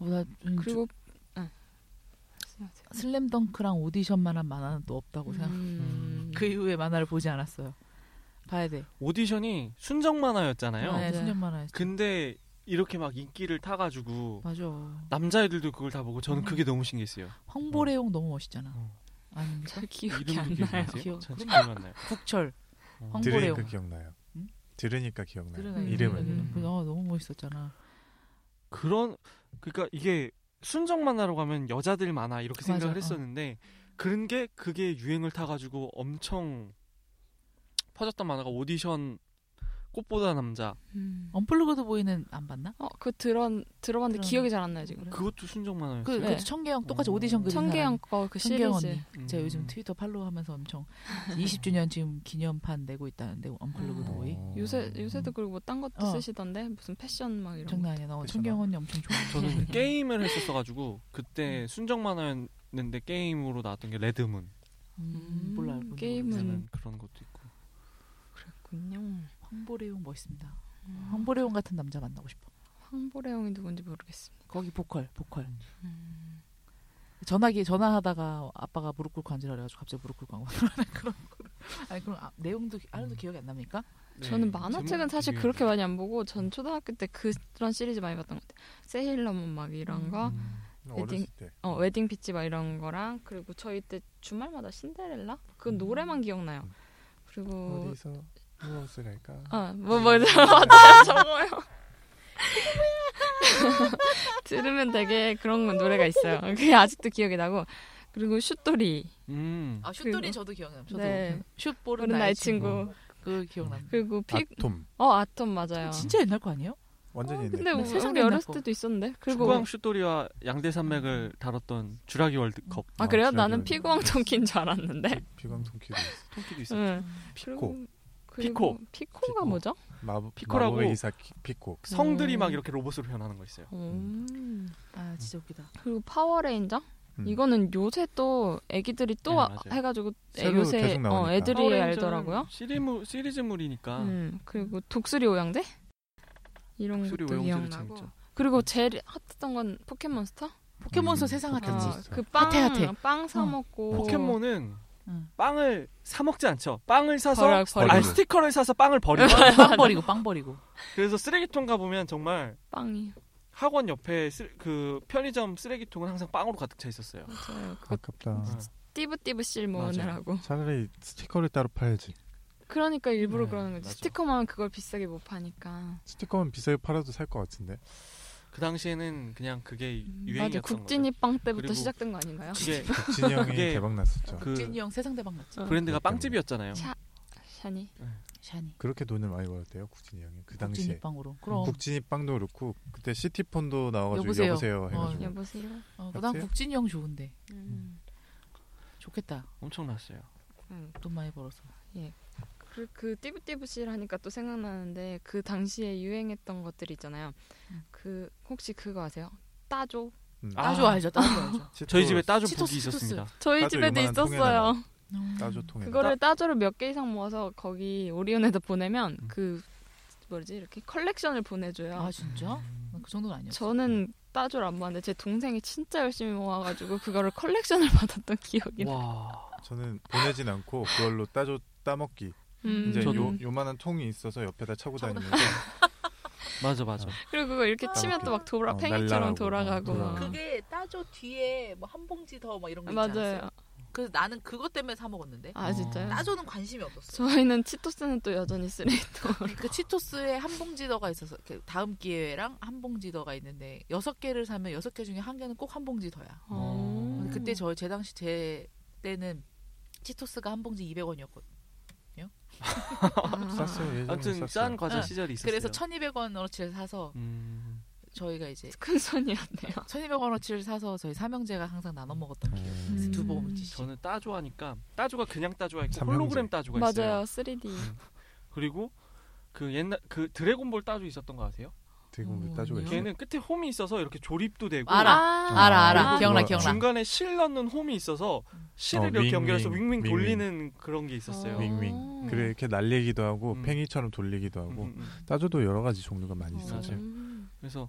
Speaker 3: 어, 나, 음,
Speaker 1: 그리고 있어야 돼.
Speaker 3: 슬램덩크랑 오디션만한 만화는 또 없다고 생각.
Speaker 1: 음.
Speaker 3: 그 이후에 만화를 보지 않았어요. 봐야 돼.
Speaker 4: 오디션이 순정 만화였잖아요.
Speaker 1: 네.
Speaker 3: 네, 순정 만화였죠.
Speaker 4: 근데 이렇게 막 인기를 타가지고
Speaker 3: 맞아.
Speaker 4: 남자애들도 그걸 다 보고 저는
Speaker 3: 음.
Speaker 4: 그게 너무 신기했어요.
Speaker 3: 황보레용 너무 멋있잖아.
Speaker 4: 어.
Speaker 3: 아닙니까?
Speaker 1: 잘 기억이
Speaker 4: 이름도
Speaker 1: 안 나요.
Speaker 4: 기억나세요?
Speaker 3: 기억-
Speaker 4: 전 기억이 안 나요.
Speaker 3: 국철.
Speaker 4: 어.
Speaker 3: 황보-
Speaker 2: 들으니까
Speaker 3: 홍보래요.
Speaker 2: 기억나요.
Speaker 3: 응?
Speaker 2: 들으니까 기억나요.
Speaker 3: 들으나
Speaker 2: 네. 이름을.
Speaker 3: 이름은.
Speaker 4: 음.
Speaker 3: 어, 너무 멋있었잖아.
Speaker 4: 그런 그러니까 이게 순정 만화로 가면 여자들 만화 이렇게
Speaker 3: 맞아, 어.
Speaker 4: 생각을 했었는데 그런 게 그게 유행을 타가지고 엄청 퍼졌던 만화가 오디션 꽃보다 남자
Speaker 1: 음.
Speaker 3: 언플러그드 보이는 안 봤나?
Speaker 1: 어, 그 들어 들어봤는데
Speaker 3: 들었나?
Speaker 1: 기억이 잘 안 나요 지금.
Speaker 4: 그것도 순정 만화였어요.
Speaker 3: 그,
Speaker 1: 네.
Speaker 3: 그 청계형 똑같이 오디션 그
Speaker 1: 청계영 거그
Speaker 3: 청계영
Speaker 1: 시리즈.
Speaker 3: 언니.
Speaker 4: 음.
Speaker 3: 제가 요즘 트위터 팔로우하면서 엄청 20주년 지금 기념판 내고 있다는데 언플러그드
Speaker 1: 어.
Speaker 3: 보이.
Speaker 2: 어.
Speaker 1: 요새 요새도 그리고 뭐딴 것도
Speaker 3: 어.
Speaker 1: 쓰시던데 무슨 패션 막 이런. 거.
Speaker 3: 장난 아니야. 나
Speaker 2: 그래서
Speaker 3: 청계형
Speaker 2: 막-
Speaker 3: 언니 엄청 음, 좋아.
Speaker 4: 저는 게임을 했었어가지고 그때 순정 만화였는데 게임으로 나왔던 게 레드문
Speaker 3: 음, 몰라 알고 있는
Speaker 1: 게임은-
Speaker 3: 거지.
Speaker 4: 저는 그런 것도 있고
Speaker 1: 그랬군요.
Speaker 3: 황보레용 멋있습니다.
Speaker 1: 음.
Speaker 3: 황보레용 같은 남자 만나고 싶어.
Speaker 1: 황보레용이 누군지 모르겠습니다.
Speaker 3: 거기 보컬, 보컬.
Speaker 1: 음.
Speaker 3: 전화기 전화하다가 아빠가 무릎 꿇고 앉으라 그래가지고 갑자기 무릎 꿇고 앉고 그런 거를. 아니 그럼 아, 내용도 기-
Speaker 1: 음.
Speaker 3: 아무도 기억이 안 납니까?
Speaker 4: 네,
Speaker 1: 저는 만화책은
Speaker 4: 예.
Speaker 1: 사실 네, 그렇게 많이 안 보고 전 초등학교 때 그런 시리즈 많이 봤던 것 같아요. 세일러문 막 이런 거,
Speaker 4: 음.
Speaker 2: 어렸을 때.
Speaker 1: 어, 웨딩 피치 막 이런 거랑 그리고 저희 때 주말마다 신데렐라 그 노래만 기억나요. 그리고 어,
Speaker 2: 어디서 무엇을 할까?
Speaker 1: 뭐,
Speaker 2: 음.
Speaker 1: 아뭐뭐 저거요. 들으면 되게 그런 노래가 있어요. 그게 아직도 기억이 나고 그리고 슛돌이
Speaker 4: 음.
Speaker 3: 아
Speaker 1: 슛돌이 그리고-
Speaker 3: 저도 기억나요.
Speaker 1: 저도 네.
Speaker 3: 슛볼은
Speaker 1: 그런 나의 친구
Speaker 3: 그 기억납니다.
Speaker 1: 그리고 픽
Speaker 2: 아톰. 네,
Speaker 1: 어 아톰 맞아요.
Speaker 3: 진짜 옛날 거 아니에요?
Speaker 2: 완전히
Speaker 1: 근데
Speaker 2: 옛날.
Speaker 1: 우리
Speaker 3: 세상
Speaker 1: 우리 어렸을
Speaker 3: 옛날 거.
Speaker 1: 때도 있었는데 그리고
Speaker 4: 축구왕 슛돌이와 양대 산맥을 다뤘던 주라기 월드컵
Speaker 1: 아 그래요?
Speaker 2: 아,
Speaker 1: 나는
Speaker 2: 지나가는-
Speaker 1: 피구왕 통키인 줄 알았는데.
Speaker 2: 비광통키도 있어.
Speaker 4: 토끼도 있었죠.
Speaker 1: 응.
Speaker 2: 피코.
Speaker 1: 그리고- 그리고 피코가
Speaker 2: 피코.
Speaker 1: 뭐죠?
Speaker 2: 마법
Speaker 4: 피코라고.
Speaker 2: 마법의 기사 키- 피코.
Speaker 4: 성들이
Speaker 1: 음.
Speaker 4: 막 이렇게 로봇으로 변하는 거 있어요.
Speaker 1: 음.
Speaker 3: 아 진짜 웃기다.
Speaker 1: 그리고 파워레인저?
Speaker 2: 음.
Speaker 1: 이거는 요새 또 애기들이 또
Speaker 4: 네,
Speaker 1: 아-
Speaker 4: 맞아요.
Speaker 1: 해가지고 애-
Speaker 2: 새로
Speaker 1: 요새
Speaker 2: 계속
Speaker 1: 어,
Speaker 2: 나오니까.
Speaker 1: 애들이
Speaker 4: 파워레인저는
Speaker 1: 알더라고요.
Speaker 4: 시리무, 시리즈물이니까
Speaker 1: 음. 그리고 독수리 오양대? 이런
Speaker 4: 독수리
Speaker 1: 것도
Speaker 4: 오양제도
Speaker 1: 기억나고.
Speaker 4: 재밌죠.
Speaker 1: 그리고 제일 핫했던 건 포켓몬스터?
Speaker 3: 포켓몬스터
Speaker 2: 음,
Speaker 3: 세상
Speaker 2: 포켓몬.
Speaker 3: 같았지.
Speaker 1: 아,
Speaker 2: 포켓몬스터.
Speaker 1: 그빵
Speaker 3: 핫해, 핫해.
Speaker 1: 빵사
Speaker 3: 어.
Speaker 1: 먹고
Speaker 4: 포켓몬은
Speaker 3: 응.
Speaker 4: 빵을 사 먹지 않죠. 빵을 사서
Speaker 1: 음. 버려 버려
Speaker 4: 아
Speaker 2: 버리고.
Speaker 4: 스티커를 사서 빵을 버리고
Speaker 3: 빵 버리고 빵 버리고.
Speaker 4: 그래서 쓰레기통 가 보면 정말
Speaker 1: 빵이
Speaker 4: 학원 옆에 쓰- 그 편의점 쓰레기통은 항상 빵으로 가득 차 있었어요.
Speaker 1: 맞아요. 그
Speaker 2: 아깝다.
Speaker 1: 띠부띠부 실 모으느라고.
Speaker 2: 차라리 스티커를 따로 팔지.
Speaker 1: 그러니까 일부러
Speaker 4: 네,
Speaker 1: 그러는 거지.
Speaker 4: 맞아.
Speaker 1: 스티커만 그걸 비싸게 못 파니까.
Speaker 2: 스티커만 비싸게 팔아도 살 것 같은데.
Speaker 4: 그 당시에는 그냥 그게
Speaker 2: 음.
Speaker 1: 음. 맞아.
Speaker 4: 유행이었던
Speaker 1: 국진이 빵 때부터
Speaker 4: 그리고
Speaker 1: 시작된 거 아닌가요?
Speaker 4: 거죠. 그게
Speaker 2: 진이 형이
Speaker 4: 그게-
Speaker 2: 대박 났었죠.
Speaker 4: 그-
Speaker 3: 진이 형 세상 대박 났지.
Speaker 1: 어.
Speaker 4: 브랜드가
Speaker 2: 그렇군요.
Speaker 4: 빵집이었잖아요.
Speaker 1: 차- 샤니.
Speaker 3: 샤니.
Speaker 2: 그렇게 돈을 많이 벌었대요 국진이 형이 그 당시에.
Speaker 3: 국진이 빵으로. 그럼.
Speaker 2: 국진이 빵도 그렇고 그때 시티폰도 나와가지고
Speaker 3: 여보세요.
Speaker 2: 여보세요, 해가지고
Speaker 1: 여보세요.
Speaker 3: 어, 난
Speaker 2: 여보세요?
Speaker 3: 국진이 형 좋은데.
Speaker 1: 음.
Speaker 3: 좋겠다.
Speaker 4: 엄청났어요.
Speaker 1: 음.
Speaker 3: 돈 많이 벌어서.
Speaker 1: 그, 그 띠부띠부실 하니까 또 생각나는데 그 당시에 유행했던 것들 있잖아요.
Speaker 3: 음.
Speaker 1: 그 혹시 그거 아세요? 따조.
Speaker 2: 음.
Speaker 4: 아.
Speaker 3: 따줘 알죠. 따줘 알죠.
Speaker 2: 치토-
Speaker 4: 저희 집에 따주
Speaker 3: 치토스,
Speaker 4: 북이
Speaker 3: 치토스.
Speaker 4: 있었습니다.
Speaker 1: 저희
Speaker 2: 따조
Speaker 1: 집에도
Speaker 2: 요만한 통에
Speaker 1: 있었어요.
Speaker 2: 나와.
Speaker 3: 음.
Speaker 2: 따조 통에
Speaker 1: 그거를 따조를 몇 개 이상 모아서 거기 오리온에다 보내면
Speaker 4: 음.
Speaker 1: 그 뭐지 이렇게 컬렉션을 보내줘요.
Speaker 3: 아 진짜? 난그 정도는
Speaker 4: 네.
Speaker 3: 아니었어.
Speaker 1: 저는 따조를 안 모았는데 제 동생이 진짜 열심히 모아가지고 그거를 컬렉션을 받았던
Speaker 3: 예.
Speaker 1: 기억이 나.
Speaker 4: 와.
Speaker 2: 저는 보내진 않고 그걸로 따조 따먹기.
Speaker 1: 음.
Speaker 2: 이제
Speaker 4: 저도.
Speaker 2: 요 요만한 통이 있어서 옆에다 차고
Speaker 3: 차고
Speaker 2: 다니면서
Speaker 4: 맞아 맞아.
Speaker 1: 그리고 그거 이렇게 치면 또 막 돌아
Speaker 2: 어,
Speaker 1: 팽이처럼
Speaker 2: 날라가고,
Speaker 1: 돌아가고.
Speaker 2: 어, 돌아가고.
Speaker 3: 그게 따줘 뒤에 뭐 한 봉지 더 뭐 이런 거 있지
Speaker 1: 맞아요.
Speaker 3: 않았어요? 그래서 나는 그것 때문에 사 먹었는데
Speaker 1: 아 진짜요?
Speaker 3: 따줘는 관심이 없었어.
Speaker 1: 저희는 치토스는 또 여전히 쓰레기통.
Speaker 3: 그 치토스에 한 봉지 더가 있어서 그 다음 기회랑 한 봉지 더가 있는데 여섯 개를 사면 여섯 개 중에 한 개는 꼭 한 봉지 더야.
Speaker 1: 어.
Speaker 3: 근데 그때 저 제 당시 제 때는 치토스가 한 봉지 200원이었거든.
Speaker 1: 아.
Speaker 2: 쌌어요. 예전에
Speaker 4: 아무튼
Speaker 2: 쌌어요.
Speaker 4: 싼 과자
Speaker 3: 응.
Speaker 4: 시절이 있었어요.
Speaker 3: 그래서 1,200원어치를 사서
Speaker 4: 음.
Speaker 3: 저희가 이제
Speaker 1: 큰 손이었네요.
Speaker 3: 1,200원어치를 사서 저희 삼형제가 항상 나눠 먹었던 기억.
Speaker 2: 음.
Speaker 3: 두
Speaker 1: 음.
Speaker 3: 봉지씩.
Speaker 4: 저는 따조하니까 따조가 그냥 따조가 있고
Speaker 2: 삼형제.
Speaker 4: 홀로그램 따조가 있어요.
Speaker 1: 맞아요, 3D.
Speaker 4: 그리고 그 옛날 그 드래곤볼 따조 있었던 거 아세요?
Speaker 2: 되게 뭐
Speaker 3: 어,
Speaker 2: 따조가
Speaker 3: 아니요.
Speaker 2: 있어요.
Speaker 4: 걔는 끝에 홈이 있어서 이렇게 조립도 되고
Speaker 3: 알아, 알아, 알아.
Speaker 4: 아,
Speaker 3: 기억나,
Speaker 2: 그거-
Speaker 3: 기억나.
Speaker 4: 중간에 실 넣는 홈이 있어서 실을
Speaker 2: 어,
Speaker 4: 이렇게
Speaker 2: 윙,
Speaker 4: 연결해서
Speaker 2: 윙,
Speaker 4: 윙윙
Speaker 2: 윙,
Speaker 4: 돌리는 그런 게 있었어요.
Speaker 1: 윙.
Speaker 2: 윙윙.
Speaker 1: 어.
Speaker 2: 그래 이렇게 날리기도 하고
Speaker 4: 음.
Speaker 2: 팽이처럼 돌리기도
Speaker 4: 음,
Speaker 2: 하고
Speaker 4: 음, 음.
Speaker 2: 따조도 여러 가지 종류가 많이 뭐 있어요.
Speaker 4: 맞아요.
Speaker 1: 음.
Speaker 4: 그래서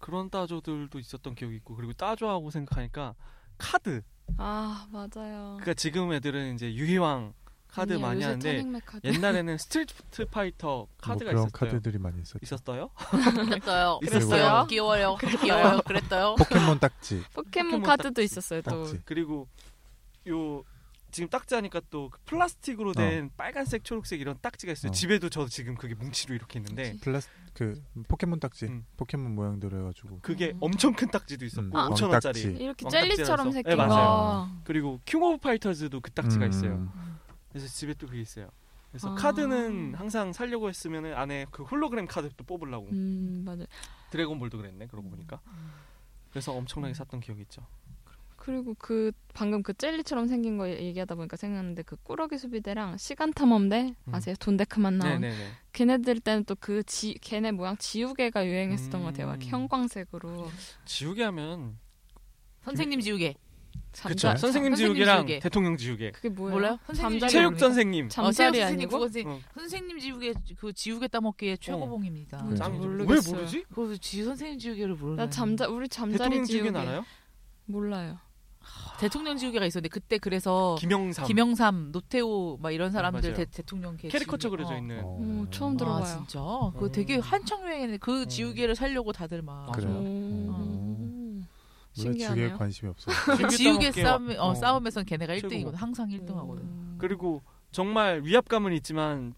Speaker 4: 그런 따조들도 있었던 기억이 있고 그리고 따조하고 생각하니까 카드.
Speaker 1: 아 맞아요.
Speaker 4: 그러니까 지금 애들은 이제 유희왕 카드
Speaker 1: 아니요,
Speaker 4: 많이
Speaker 1: 요새
Speaker 4: 하는데
Speaker 1: 천행맥 카드.
Speaker 4: 옛날에는 스트리트 파이터
Speaker 2: 카드가
Speaker 4: 카드가
Speaker 2: 그런
Speaker 4: 있었어요.
Speaker 2: 카드들이 많이 있었죠.
Speaker 4: 있었어요?
Speaker 3: 그랬어요.
Speaker 4: 있었어요?
Speaker 3: 그랬어요. 귀여워요. 귀여워요. 그랬어요.
Speaker 2: 포켓몬 딱지.
Speaker 1: 포켓몬,
Speaker 4: 포켓몬
Speaker 1: 카드도 있었어요. 또
Speaker 2: 딱지.
Speaker 4: 그리고 요 지금 딱지하니까 또그 플라스틱으로 된 빨간색, 초록색 이런 딱지가 있어요.
Speaker 2: 어.
Speaker 4: 집에도 저 지금 그게 뭉치로 이렇게 있는데
Speaker 2: 플라스 그 포켓몬 딱지.
Speaker 4: 음.
Speaker 2: 포켓몬 모양대로 해가지고.
Speaker 4: 그게
Speaker 1: 음.
Speaker 4: 엄청 큰 딱지도 있었고
Speaker 2: 음,
Speaker 4: 5천 원짜리.
Speaker 2: 왕딱지.
Speaker 1: 이렇게
Speaker 4: 왕딱지라서.
Speaker 1: 젤리처럼
Speaker 4: 네,
Speaker 1: 생긴 거.
Speaker 2: 맞아요.
Speaker 4: 그리고 킹 오브 파이터즈도 그 딱지가
Speaker 2: 음.
Speaker 4: 있어요. 그래서 집에 또 그게 있어요. 그래서
Speaker 1: 아.
Speaker 4: 카드는 항상 살려고 했으면 안에 그 홀로그램 카드 또 뽑으려고
Speaker 1: 음 맞아. 요
Speaker 4: 드래곤볼도 그랬네 그러고
Speaker 3: 음.
Speaker 4: 보니까 그래서 엄청나게 샀던 기억이 있죠.
Speaker 1: 그리고 그 방금 그 젤리처럼 생긴 거 얘기하다 보니까 생각났는데 그 꾸러기 수비대랑 시간 탐험대
Speaker 4: 음.
Speaker 1: 아세요? 돈데크만 나온
Speaker 4: 네네네.
Speaker 1: 걔네들 때는 또 그 지 걔네 모양 지우개가 유행했었던
Speaker 4: 음.
Speaker 1: 것 같아요. 막 이렇게 형광색으로
Speaker 4: 지우개 하면
Speaker 3: 선생님 지우개.
Speaker 4: 그쵸
Speaker 1: 잠자.
Speaker 4: 선생님
Speaker 3: 선생님
Speaker 4: 지우개랑
Speaker 3: 지우개. 그러니까.
Speaker 4: 대통령 지우개
Speaker 1: 그게 뭐예요?
Speaker 3: 몰라요? 선생님
Speaker 1: 잠자리
Speaker 4: 체육 선생님
Speaker 1: 잠자리
Speaker 3: 어, 체육 선생님,
Speaker 1: 아니고
Speaker 3: 그거 선생님,
Speaker 4: 어.
Speaker 3: 선생님 지우개 그 지우개 따먹기에 최고봉입니다.
Speaker 1: 음.
Speaker 4: 짱이죠.
Speaker 1: 모르겠어요.
Speaker 4: 왜 모르지?
Speaker 3: 그래서 지 선생님 지우개를 그 모르나?
Speaker 1: 나 잠자 우리 잠자리
Speaker 4: 대통령
Speaker 1: 지우개
Speaker 4: 지우개는 알아요?
Speaker 1: 몰라요.
Speaker 3: 대통령 지우개가 있었는데 그때 그래서
Speaker 4: 김영삼
Speaker 3: 어, 김영삼, 노태우 막 이런 사람들
Speaker 4: 맞아요.
Speaker 3: 대, 대통령 개
Speaker 4: 캐리커처
Speaker 3: 지우개.
Speaker 4: 그려져
Speaker 3: 어.
Speaker 4: 있는
Speaker 1: 오, 처음
Speaker 3: 아
Speaker 1: 들어봐요.
Speaker 3: 진짜? 그거 되게 한창 유행했는데 그
Speaker 4: 음.
Speaker 3: 지우개를 살려고 다들 막
Speaker 4: 맞아요.
Speaker 2: 그래요.
Speaker 1: 오.
Speaker 2: 원래 지우개에
Speaker 1: 신기하네요.
Speaker 2: 관심이 없어.
Speaker 3: 그 지우개
Speaker 4: 따먹기
Speaker 3: 싸움 어,
Speaker 4: 어.
Speaker 3: 싸움에선 걔네가
Speaker 4: 최고고.
Speaker 3: 1등이거든. 항상
Speaker 1: 음.
Speaker 3: 1등하거든.
Speaker 4: 그리고 정말 위압감은 있지만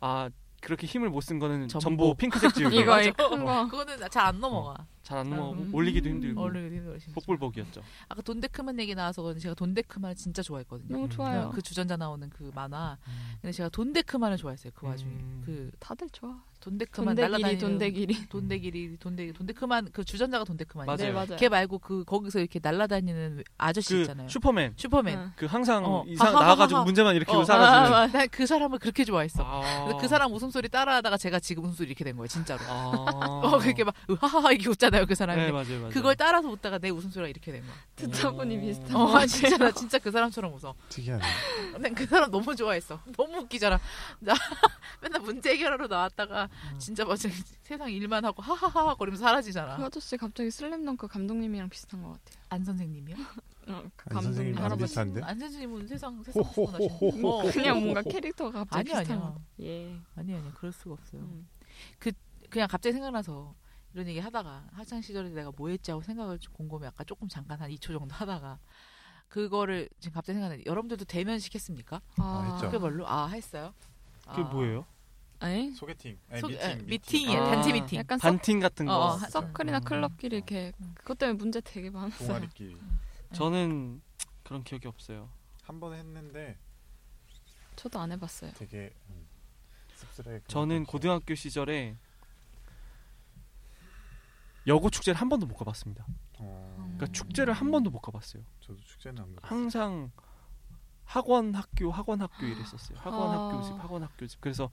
Speaker 4: 아 그렇게 힘을 못 쓴 거는
Speaker 3: 전보.
Speaker 4: 전보, 핑크색 지우개
Speaker 1: 이거
Speaker 3: 맞아. 어,
Speaker 1: 큰 거.
Speaker 3: 그거는 잘 안 넘어가.
Speaker 4: 잘안 넘어가고
Speaker 3: 음.
Speaker 4: 올리기도 힘들고
Speaker 3: 얼른 힘들어. 진짜.
Speaker 4: 복불복이었죠.
Speaker 3: 아까 돈데크만 얘기 나와서 그런지 제가 돈데크만을 진짜 좋아했거든요.
Speaker 1: 너무
Speaker 4: 음.
Speaker 1: 좋아요.
Speaker 3: 그 주전자 나오는 그 만화.
Speaker 4: 음.
Speaker 3: 근데 제가 돈데크만을 좋아했어요. 그 와중에.
Speaker 4: 음.
Speaker 3: 그
Speaker 1: 다들 좋아.
Speaker 3: 돈데크만
Speaker 1: 돈대길이
Speaker 3: 날라다니는
Speaker 1: 돈대길이.
Speaker 3: 돈데기리 돈데기 돈데크만 그 주전자가 돈데크만이에요.
Speaker 1: 네
Speaker 4: 맞아요.
Speaker 1: 맞아요.
Speaker 3: 걔 말고 그 거기서 이렇게 날라다니는 아저씨
Speaker 4: 그
Speaker 3: 있잖아요.
Speaker 4: 슈퍼맨
Speaker 3: 슈퍼맨.
Speaker 1: 응.
Speaker 4: 그 항상
Speaker 3: 어.
Speaker 4: 이상
Speaker 3: 하하하하.
Speaker 4: 나와가지고 문제만 일으키고
Speaker 3: 어,
Speaker 4: 그 사라지는
Speaker 3: 아, 난그 사람을 그렇게 좋아했어.
Speaker 4: 아.
Speaker 3: 근데 그 사람 웃음소리 따라하다가 제가 지금 웃음소리 이렇게 된 거예요, 진짜로.
Speaker 4: 아.
Speaker 3: 어, 그렇게 막, 하하하, 이렇게 웃잖아요, 그 사람이.
Speaker 4: 네 맞아요 맞아요.
Speaker 3: 그걸 따라서 웃다가 내 웃음소리가 이렇게 된 거야.
Speaker 1: 듣다 보니 비슷한 것
Speaker 3: 어,
Speaker 1: 같아요.
Speaker 3: 진짜, 나 진짜 그 사람처럼 웃어.
Speaker 2: 특이하네.
Speaker 3: 난 그 사람 너무 좋아했어. 너무 웃기잖아. 나 맨날 문제 해결하러 나왔다가 진짜 막 저기 세상 일만 하고 하하하 거리면서
Speaker 1: 그
Speaker 3: 사라지잖아.
Speaker 1: 아저씨 갑자기 슬램덩크 감독님이랑 비슷한 것 같아요.
Speaker 3: 안 선생님이요?
Speaker 1: 어, 그
Speaker 2: 아니, 선생님 안
Speaker 1: 할아버지.
Speaker 2: 비슷한데?
Speaker 3: 안 선생님은 세상 세상
Speaker 2: 호호호호호.
Speaker 3: 뭐
Speaker 1: 그냥 뭔가 캐릭터가 갑자기
Speaker 3: 아니야,
Speaker 1: 비슷한
Speaker 3: 아니야.
Speaker 1: 것 같아요. 예.
Speaker 3: 아니 아니 그럴 수가 없어요.
Speaker 1: 음.
Speaker 3: 그냥 갑자기 생각나서 이런 얘기 하다가 학창 시절에 내가 뭐 했지 하고 생각을 좀 곰곰이 아까 조금 잠깐 한 2초 정도 하다가 그거를 지금 갑자기 생각나는데 여러분들도 대면식 했습니까?
Speaker 2: 아,
Speaker 1: 그렇죠.
Speaker 2: 했죠.
Speaker 1: 뭐-
Speaker 3: 학교별로 아 했어요.
Speaker 4: 그게
Speaker 3: 아.
Speaker 4: 뭐예요?
Speaker 1: 에?
Speaker 2: 소개팅.
Speaker 3: 소- 에,
Speaker 4: 예,
Speaker 3: 미팅이에요.
Speaker 4: 아.
Speaker 3: 단체 미팅.
Speaker 1: 약간 서,
Speaker 4: 반팅 같은 거.
Speaker 3: 어, 어.
Speaker 1: 서클이나
Speaker 4: 음.
Speaker 1: 클럽끼리 이렇게 그것 때문에 문제 되게 많았어요.
Speaker 2: 동아리끼리
Speaker 4: 저는 그런 기억이 없어요.
Speaker 2: 한 번 했는데
Speaker 1: 저도 안 해봤어요.
Speaker 2: 되게 음, 씁쓸해.
Speaker 4: 저는 고등학교 시절에 여고 축제를 한 번도 못 가봤습니다.
Speaker 1: 음.
Speaker 2: 어...
Speaker 3: 음.
Speaker 4: 그러니까 축제를 한 번도 못 가봤어요.
Speaker 2: 저도 축제는 안 가봤어요.
Speaker 4: 항상 학원 학교 학원 학교 이랬었어요. 학원
Speaker 1: 아.
Speaker 4: 학교 집 학원 학교 집. 그래서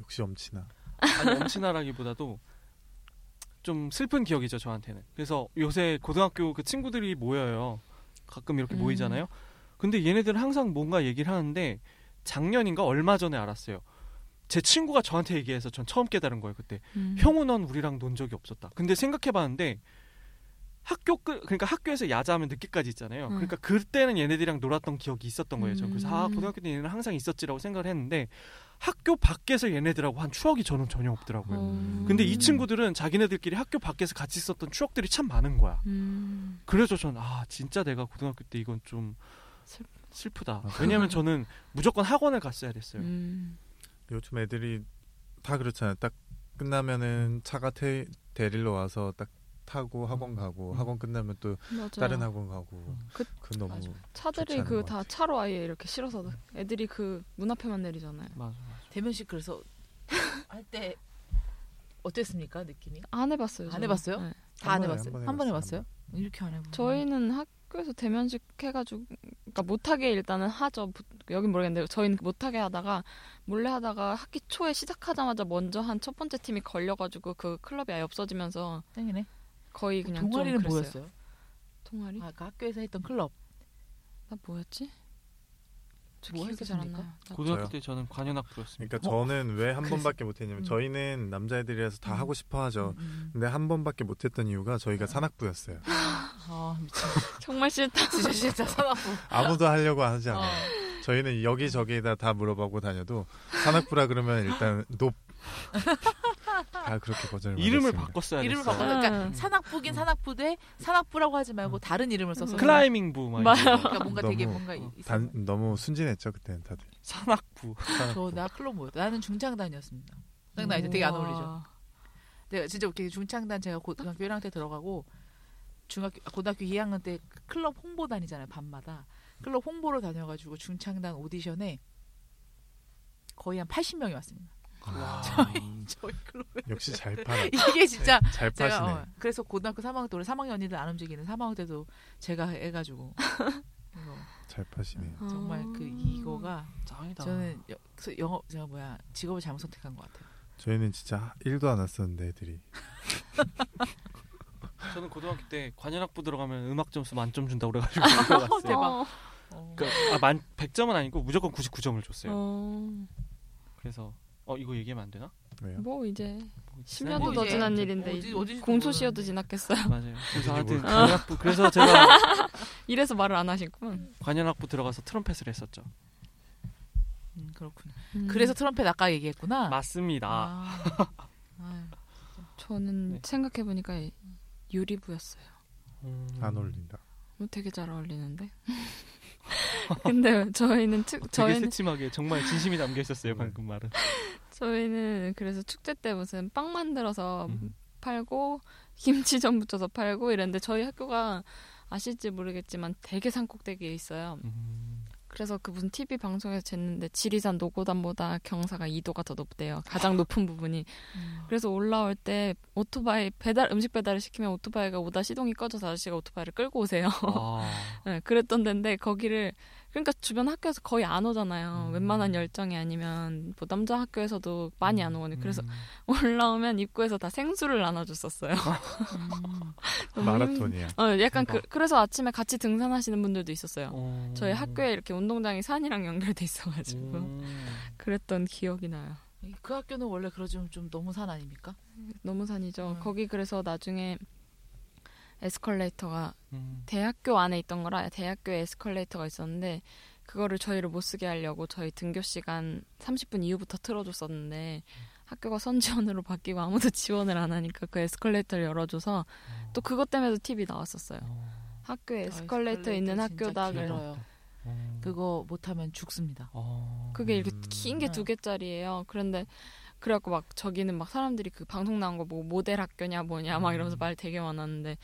Speaker 2: 역시 엄친아.
Speaker 4: 아니, 엄친아라기보다도 좀 슬픈 기억이죠 저한테는. 그래서 요새 고등학교 그 친구들이 모여요. 가끔 이렇게
Speaker 1: 음.
Speaker 4: 모이잖아요. 근데 얘네들은 항상 뭔가 얘기를 하는데 작년인가 얼마 전에 알았어요. 제 친구가 저한테 얘기해서 전 처음 깨달은 거예요 그때.
Speaker 1: 음.
Speaker 4: 형우 넌 우리랑 논 적이 없었다. 근데 생각해봤는데 학교 끝 그러니까 학교에서 야자하면 늦게까지 있잖아요.
Speaker 1: 음.
Speaker 4: 그러니까 그때는 얘네들이랑 놀았던 기억이 있었던 거예요. 저는 그래서 아
Speaker 1: 음.
Speaker 4: 고등학교 때 얘네는 항상 있었지라고 생각을 했는데 학교 밖에서 얘네들하고 한 추억이 저는 전혀 없더라고요.
Speaker 2: 음.
Speaker 1: 어.
Speaker 4: 근데 이 친구들은 자기네들끼리 학교 밖에서 같이 있었던 추억들이 참 많은 거야.
Speaker 1: 음.
Speaker 4: 그래서 저는 아 진짜 내가 고등학교 때 이건 좀
Speaker 1: 슬-
Speaker 4: 슬프다.
Speaker 2: 맞아요.
Speaker 4: 왜냐면 저는 무조건 학원을 갔어야
Speaker 2: 네.
Speaker 4: 됐어요.
Speaker 1: 음.
Speaker 2: 요즘 애들이 다 그렇잖아요. 딱 끝나면은 차가 태, 데리러 와서 딱 타고 학원 가고
Speaker 4: 음.
Speaker 2: 학원 끝나면 또
Speaker 1: 맞아.
Speaker 2: 다른 학원 가고
Speaker 1: 그-
Speaker 2: 그 너무
Speaker 1: 맞아.
Speaker 2: 좋지
Speaker 1: 차들이
Speaker 2: 않은
Speaker 1: 그
Speaker 2: 것
Speaker 1: 다
Speaker 2: 같아.
Speaker 1: 차로 아예 이렇게 실어서 애들이 그 문 앞에만 내리잖아요.
Speaker 4: 맞아.
Speaker 3: 대면식 그래서 할 때 어땠습니까 느낌이?
Speaker 1: 안 해봤어요.
Speaker 3: 안
Speaker 1: 저는.
Speaker 3: 해봤어요?
Speaker 1: 네.
Speaker 3: 다 안
Speaker 2: 번에,
Speaker 3: 해봤어요.
Speaker 2: 한번
Speaker 3: 한 번
Speaker 2: 해봤어요,
Speaker 3: 해봤어요? 이렇게 안 해봤어요.
Speaker 1: 저희는 학교에서 대면식 해가지고 그러니까 못하게 일단은 하죠. 부- 여긴 모르겠는데 저희는 못하게 하다가 몰래 하다가 학기 초에 시작하자마자 먼저 한 첫 번째 팀이 걸려가지고 그 클럽이 아예 없어지면서
Speaker 3: 땡이네.
Speaker 1: 거의 그냥 좀
Speaker 3: 동아리는
Speaker 1: 그랬어요.
Speaker 3: 뭐였어요?
Speaker 1: 동아리?
Speaker 3: 아까 학교에서 했던 클럽.
Speaker 1: 나 뭐였지? 저
Speaker 3: 뭐
Speaker 1: 기억이
Speaker 3: 해서
Speaker 1: 잘안
Speaker 3: 됩니까?
Speaker 1: 나요. 나-
Speaker 4: 고등학교
Speaker 2: 저요?
Speaker 4: 때 저는 관현악부였습니다.
Speaker 2: 그러니까 저는 왜 한
Speaker 1: 어,
Speaker 3: 그래서-
Speaker 2: 번밖에 못했냐면
Speaker 3: 음.
Speaker 2: 저희는 남자애들이라서 다
Speaker 3: 음.
Speaker 2: 하고 싶어하죠.
Speaker 3: 음, 음.
Speaker 2: 근데 한 번밖에 못했던 이유가 저희가 산악부였어요.
Speaker 3: 아 미친.
Speaker 1: 정말 싫다.
Speaker 3: 진짜 진짜 산악부.
Speaker 2: 아무도 하려고 하지
Speaker 3: 어.
Speaker 2: 않아요. 저희는 여기 저기다 다 물어보고 다녀도 산악부라 그러면 일단 높. 다 그렇게 거절을
Speaker 4: 이름을
Speaker 2: 받았습니다.
Speaker 4: 바꿨어야
Speaker 3: 이름을
Speaker 4: 됐어요.
Speaker 3: 바꿔. 그러니까
Speaker 1: 음.
Speaker 3: 산악부긴 산악부대 산악부라고 하지 말고 다른 이름을 써서.
Speaker 4: 클라이밍부 막
Speaker 1: 맞아요.
Speaker 4: 이런 거.
Speaker 3: 그러니까 뭔가 되게
Speaker 2: 너무
Speaker 3: 뭔가
Speaker 4: 어,
Speaker 2: 단,
Speaker 3: 있어요.
Speaker 2: 너무 순진했죠 그때는 다들.
Speaker 4: 산악부.
Speaker 2: 산악부.
Speaker 3: 저나 클럽 뭐였다. 나는 중창단이었습니다.
Speaker 1: 음.
Speaker 3: 중창단 이제 되게 안 어울리죠. 내가 진짜 웃기게 중창단 제가 고등학교 1학년 때 들어가고 중학교 아, 고등학교 2학년 때 클럽 홍보단이잖아요 밤마다 클럽 홍보로 다녀가지고 중창단 오디션에 거의 한 80명이 왔습니다.
Speaker 2: 아,
Speaker 3: 저희 클럽에
Speaker 2: 역시 잘 팔아.
Speaker 3: 이게 진짜
Speaker 2: 잘
Speaker 3: 제가
Speaker 2: 파시네.
Speaker 3: 어, 그래서 고등학교 3학년 때 우리 3학년 언니들 안 움직이는 3학년 때도 제가 해가지고 이거
Speaker 2: 잘 파시네요.
Speaker 1: 아. 어.
Speaker 3: 정말 그 이거가
Speaker 4: 짱이다.
Speaker 3: 저는 여- 그래서 영어 제가 뭐야 직업을 잘못 선택한 것 같아요.
Speaker 2: 저희는 진짜 1도 안 왔었는데 애들이.
Speaker 4: 저는 고등학교 때 관현악부 들어가면 음악 점수 만점 준다고 그래가지고 들어갔어요.
Speaker 3: 대박.
Speaker 1: 어.
Speaker 3: 어.
Speaker 4: 그러니까 아, 만 100점은 아니고 무조건 99점을 줬어요.
Speaker 1: 어.
Speaker 4: 그래서 어 이거 얘기하면 안 되나?
Speaker 2: 왜요?
Speaker 1: 뭐 이제
Speaker 4: 뭐
Speaker 1: 10년도
Speaker 4: 이상하게
Speaker 1: 더
Speaker 3: 네.
Speaker 1: 지난
Speaker 3: 이제
Speaker 4: 얘기하면
Speaker 1: 일인데
Speaker 3: 어디- 어디지도
Speaker 1: 공소시효도
Speaker 3: 모르는데. 네.
Speaker 1: 지났겠어요.
Speaker 4: 안
Speaker 2: 어디지
Speaker 4: 돼. 맞아요. 그래서 하여튼
Speaker 2: 모르겠네.
Speaker 4: 관현악부 그래서 제가
Speaker 1: 이래서 말을 안 하시군.
Speaker 4: 관현악부 들어가서 트럼펫을 했었죠.
Speaker 3: 음, 그렇군요.
Speaker 1: 음.
Speaker 3: 그래서 트럼펫 아까 얘기했구나.
Speaker 4: 맞습니다.
Speaker 3: 아. 아유,
Speaker 1: 저는
Speaker 4: 네.
Speaker 1: 생각해 보니까 유리부였어요.
Speaker 4: 음.
Speaker 2: 안 어울린다.
Speaker 1: 뭐 되게 잘 어울리는데. 근데 저희는
Speaker 4: 어,
Speaker 1: 축
Speaker 4: 되게
Speaker 1: 저희는
Speaker 4: 새침하게 정말 진심이 담겨 있었어요 방금 말은.
Speaker 1: 저희는 그래서 축제 때 무슨 빵 만들어서
Speaker 4: 음.
Speaker 1: 팔고 김치전 붙여서 팔고 이랬는데 저희 학교가 아실지 모르겠지만 되게 산꼭대기에 있어요.
Speaker 4: 음.
Speaker 1: 그래서 그 무슨 TV 방송에서 쟀는데 지리산 노고단보다 경사가 2도가 더 높대요. 가장 높은 부분이.
Speaker 3: 음.
Speaker 1: 그래서 올라올 때 오토바이 배달 음식 배달을 시키면 오토바이가 오다 시동이 꺼져서 아저씨가 오토바이를 끌고 오세요.
Speaker 4: 아.
Speaker 1: 네, 그랬던 데인데 거기를 그러니까 주변 학교에서 거의 안 오잖아요.
Speaker 4: 음.
Speaker 1: 웬만한 열정이 아니면 뭐 남자 학교에서도 많이 안 오거든요. 그래서
Speaker 4: 음.
Speaker 1: 올라오면 입구에서 다 생수를 나눠줬었어요.
Speaker 3: 음.
Speaker 1: 너무 힘-
Speaker 2: 마라톤이야.
Speaker 1: 어, 약간 그,
Speaker 4: 대박.
Speaker 1: 그래서 아침에 같이 등산하시는 분들도 있었어요.
Speaker 4: 어.
Speaker 1: 저희 학교에 이렇게 운동장이 산이랑 연결돼 있어가지고
Speaker 4: 음.
Speaker 1: 그랬던 기억이 나요.
Speaker 3: 그 학교는 원래 그러지면 좀 너무 산 아닙니까?
Speaker 1: 너무 산이죠.
Speaker 3: 음.
Speaker 1: 거기 그래서 나중에 에스컬레이터가
Speaker 4: 음.
Speaker 1: 대학교 안에 있던 거라 대학교에 에스컬레이터가 있었는데 그거를 저희를 못 쓰게 하려고 저희 등교 시간 30분 이후부터 틀어줬었는데 학교가 선지원으로 바뀌고 아무도 지원을 안 하니까 그 에스컬레이터를 열어줘서 또 그것 때문에도 팁이 나왔었어요.
Speaker 4: 어.
Speaker 1: 학교에 아, 에스컬레이터 있는
Speaker 3: 진짜
Speaker 1: 학교다
Speaker 4: 길어.
Speaker 1: 그래서
Speaker 3: 길어요.
Speaker 4: 어.
Speaker 3: 그거 못하면 죽습니다.
Speaker 4: 어.
Speaker 1: 그게 이렇게
Speaker 2: 음.
Speaker 1: 긴 게 두 개짜리예요. 그런데 그래갖고 막 저기는 막 사람들이 그 방송 나온 거 뭐 모델 학교냐 뭐냐 막
Speaker 4: 음.
Speaker 1: 이러면서 말 되게 많았는데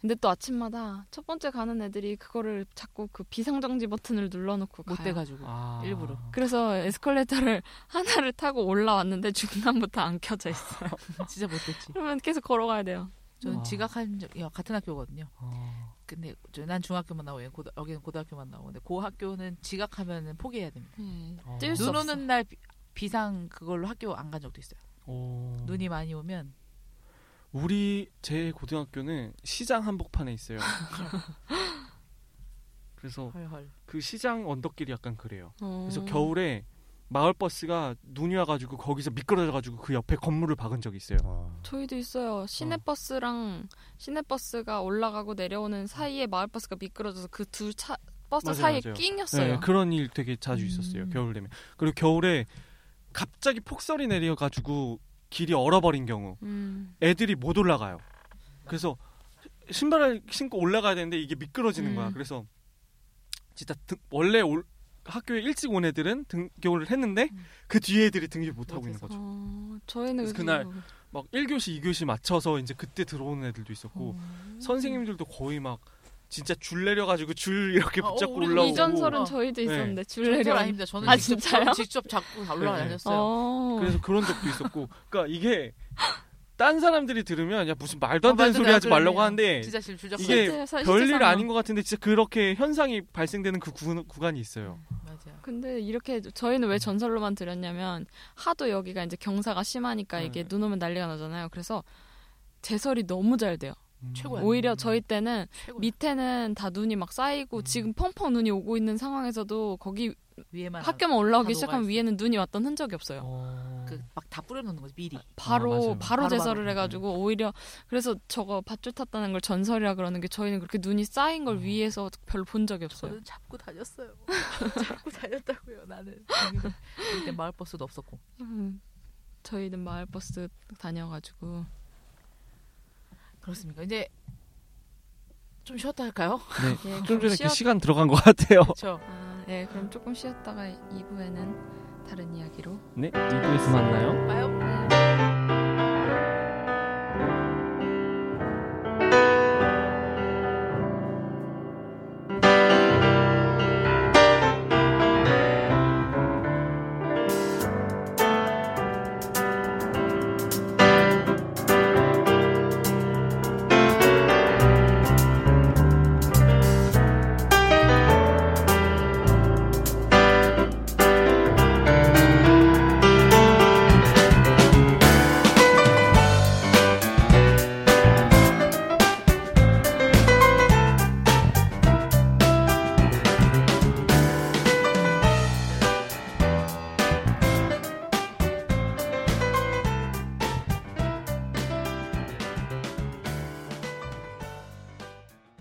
Speaker 1: 근데 또 아침마다 첫 번째 가는 애들이 그거를 자꾸 그 비상정지 버튼을 눌러놓고
Speaker 3: 못
Speaker 1: 가요.
Speaker 3: 돼가지고
Speaker 4: 아.
Speaker 3: 일부러.
Speaker 1: 그래서 에스컬레이터를 하나를 타고 올라왔는데 중간부터 안 켜져 있어.
Speaker 3: 진짜 못 됐지.
Speaker 1: 그러면 계속 걸어가야 돼요.
Speaker 3: 저는
Speaker 4: 아.
Speaker 3: 지각한 적, 야, 같은 학교거든요.
Speaker 4: 어.
Speaker 3: 근데 저- 난 중학교만 나오고 얘는 고등- 여기는 고등학교만 나오고 근데 그 학교는 지각하면 포기해야 됩니다.
Speaker 4: 어.
Speaker 1: 뛸 수
Speaker 3: 눈
Speaker 1: 없어.
Speaker 3: 오는 날 비- 비상 그걸로 학교 안 간 적도 있어요.
Speaker 4: 어.
Speaker 3: 눈이 많이 오면
Speaker 4: 우리 제 고등학교는 시장 한복판에 있어요. 그래서
Speaker 3: 헐헐.
Speaker 4: 그 시장 언덕길이 약간 그래요.
Speaker 1: 어.
Speaker 4: 그래서 겨울에 마을 버스가 눈이 와가지고 거기서 미끄러져가지고 그 옆에 건물을 박은 적이 있어요.
Speaker 2: 와.
Speaker 1: 저희도 있어요.
Speaker 4: 어.
Speaker 1: 시내버스랑 시내버스가 올라가고 내려오는 사이에 마을버스가 미끄러져서 그 두 차 버스
Speaker 4: 맞아요,
Speaker 1: 사이에
Speaker 4: 맞아요.
Speaker 1: 낑겼어요.
Speaker 4: 네, 그런 일 되게 자주 있었어요.
Speaker 3: 음.
Speaker 4: 겨울 되면 그리고 겨울에 갑자기 폭설이 내려가지고 길이 얼어버린 경우
Speaker 1: 음.
Speaker 4: 애들이 못 올라가요. 그래서 신발을 신고 올라가야 되는데 이게 미끄러지는
Speaker 1: 음.
Speaker 4: 거야. 그래서 진짜 등, 원래 올, 학교에 일찍 온 애들은 등교를 했는데
Speaker 3: 음.
Speaker 4: 그 뒤에 애들이 등교 못 하고 있는
Speaker 3: 못해서.
Speaker 4: 거죠.
Speaker 1: 어, 저희는
Speaker 4: 그래서 그날 막 1교시, 2교시 맞춰서 이제 그때 들어오는 애들도 있었고
Speaker 3: 음.
Speaker 4: 선생님들도 거의 막 진짜 줄 내려가지고 줄 이렇게
Speaker 3: 어,
Speaker 4: 붙잡고
Speaker 3: 우리
Speaker 4: 올라오고 네.
Speaker 1: 이전설은
Speaker 3: 어.
Speaker 1: 저희도 있었는데 줄
Speaker 3: 전설
Speaker 1: 내려.
Speaker 3: 아닙니다. 저는
Speaker 4: 아,
Speaker 3: 직접,
Speaker 1: 진짜요?
Speaker 3: 저는 직접 잡고 다 올라다녔어요.
Speaker 1: 어.
Speaker 4: 그래서 그런 적도 있었고 그러니까 이게 딴 사람들이 들으면 야 무슨 말도 안
Speaker 3: 어,
Speaker 4: 되는
Speaker 3: 말도
Speaker 4: 소리 하지
Speaker 3: 안
Speaker 4: 말라고
Speaker 3: 되네요.
Speaker 4: 하는데
Speaker 3: 진짜 실 줄잡고
Speaker 4: 이게
Speaker 1: 실제- 사-
Speaker 4: 별일
Speaker 1: 실제
Speaker 4: 아닌 것 같은데 진짜 그렇게 현상이 발생되는 그 구, 구간이 있어요.
Speaker 3: 맞아요.
Speaker 1: 근데 이렇게 저희는
Speaker 4: 음.
Speaker 1: 왜 전설로만 들었냐면 하도 여기가 이제 경사가 심하니까 이게
Speaker 4: 네.
Speaker 1: 눈 오면 난리가 나잖아요. 그래서 제설이 너무 잘 돼요.
Speaker 4: 음.
Speaker 3: 최고야.
Speaker 1: 오히려 저희 때는
Speaker 3: 최고.
Speaker 1: 밑에는 다 눈이 막 쌓이고
Speaker 4: 음.
Speaker 1: 지금 펑펑 눈이 오고 있는 상황에서도 거기
Speaker 3: 위에만
Speaker 1: 학교만 올라오기
Speaker 3: 녹아
Speaker 1: 시작하면
Speaker 3: 있어.
Speaker 1: 위에는 눈이 왔던 흔적이 없어요.
Speaker 4: 어...
Speaker 3: 그막 다 뿌려놓는 거지 미리.
Speaker 4: 아,
Speaker 1: 바로
Speaker 4: 맞아요.
Speaker 1: 바로
Speaker 3: 바로
Speaker 1: 제설을
Speaker 3: 바로.
Speaker 1: 해가지고 오히려 그래서 저거 밧줄 탔다는 걸 전설이라 그러는 게 저희는 그렇게 눈이 쌓인 걸 위에서 별로 본 적이 없어요.
Speaker 3: 저는 잡고 다녔어요. 잡고 다녔다고요. 나는 그때 마을 버스도 없었고.
Speaker 1: 음, 저희는 마을 버스 다녀가지고
Speaker 3: 그렇습니까? 이제 좀 쉬었다 할까요?
Speaker 1: 예,
Speaker 4: 좀
Speaker 1: 그럼
Speaker 4: 전에
Speaker 1: 쉬었-
Speaker 4: 그 시간 들어간 것 같아요.
Speaker 3: 그렇죠.
Speaker 1: 아, 예, 그럼 조금 쉬었다가 2부에는 다른 이야기로.
Speaker 4: 네, 2부에서 만나요.
Speaker 3: 봐요.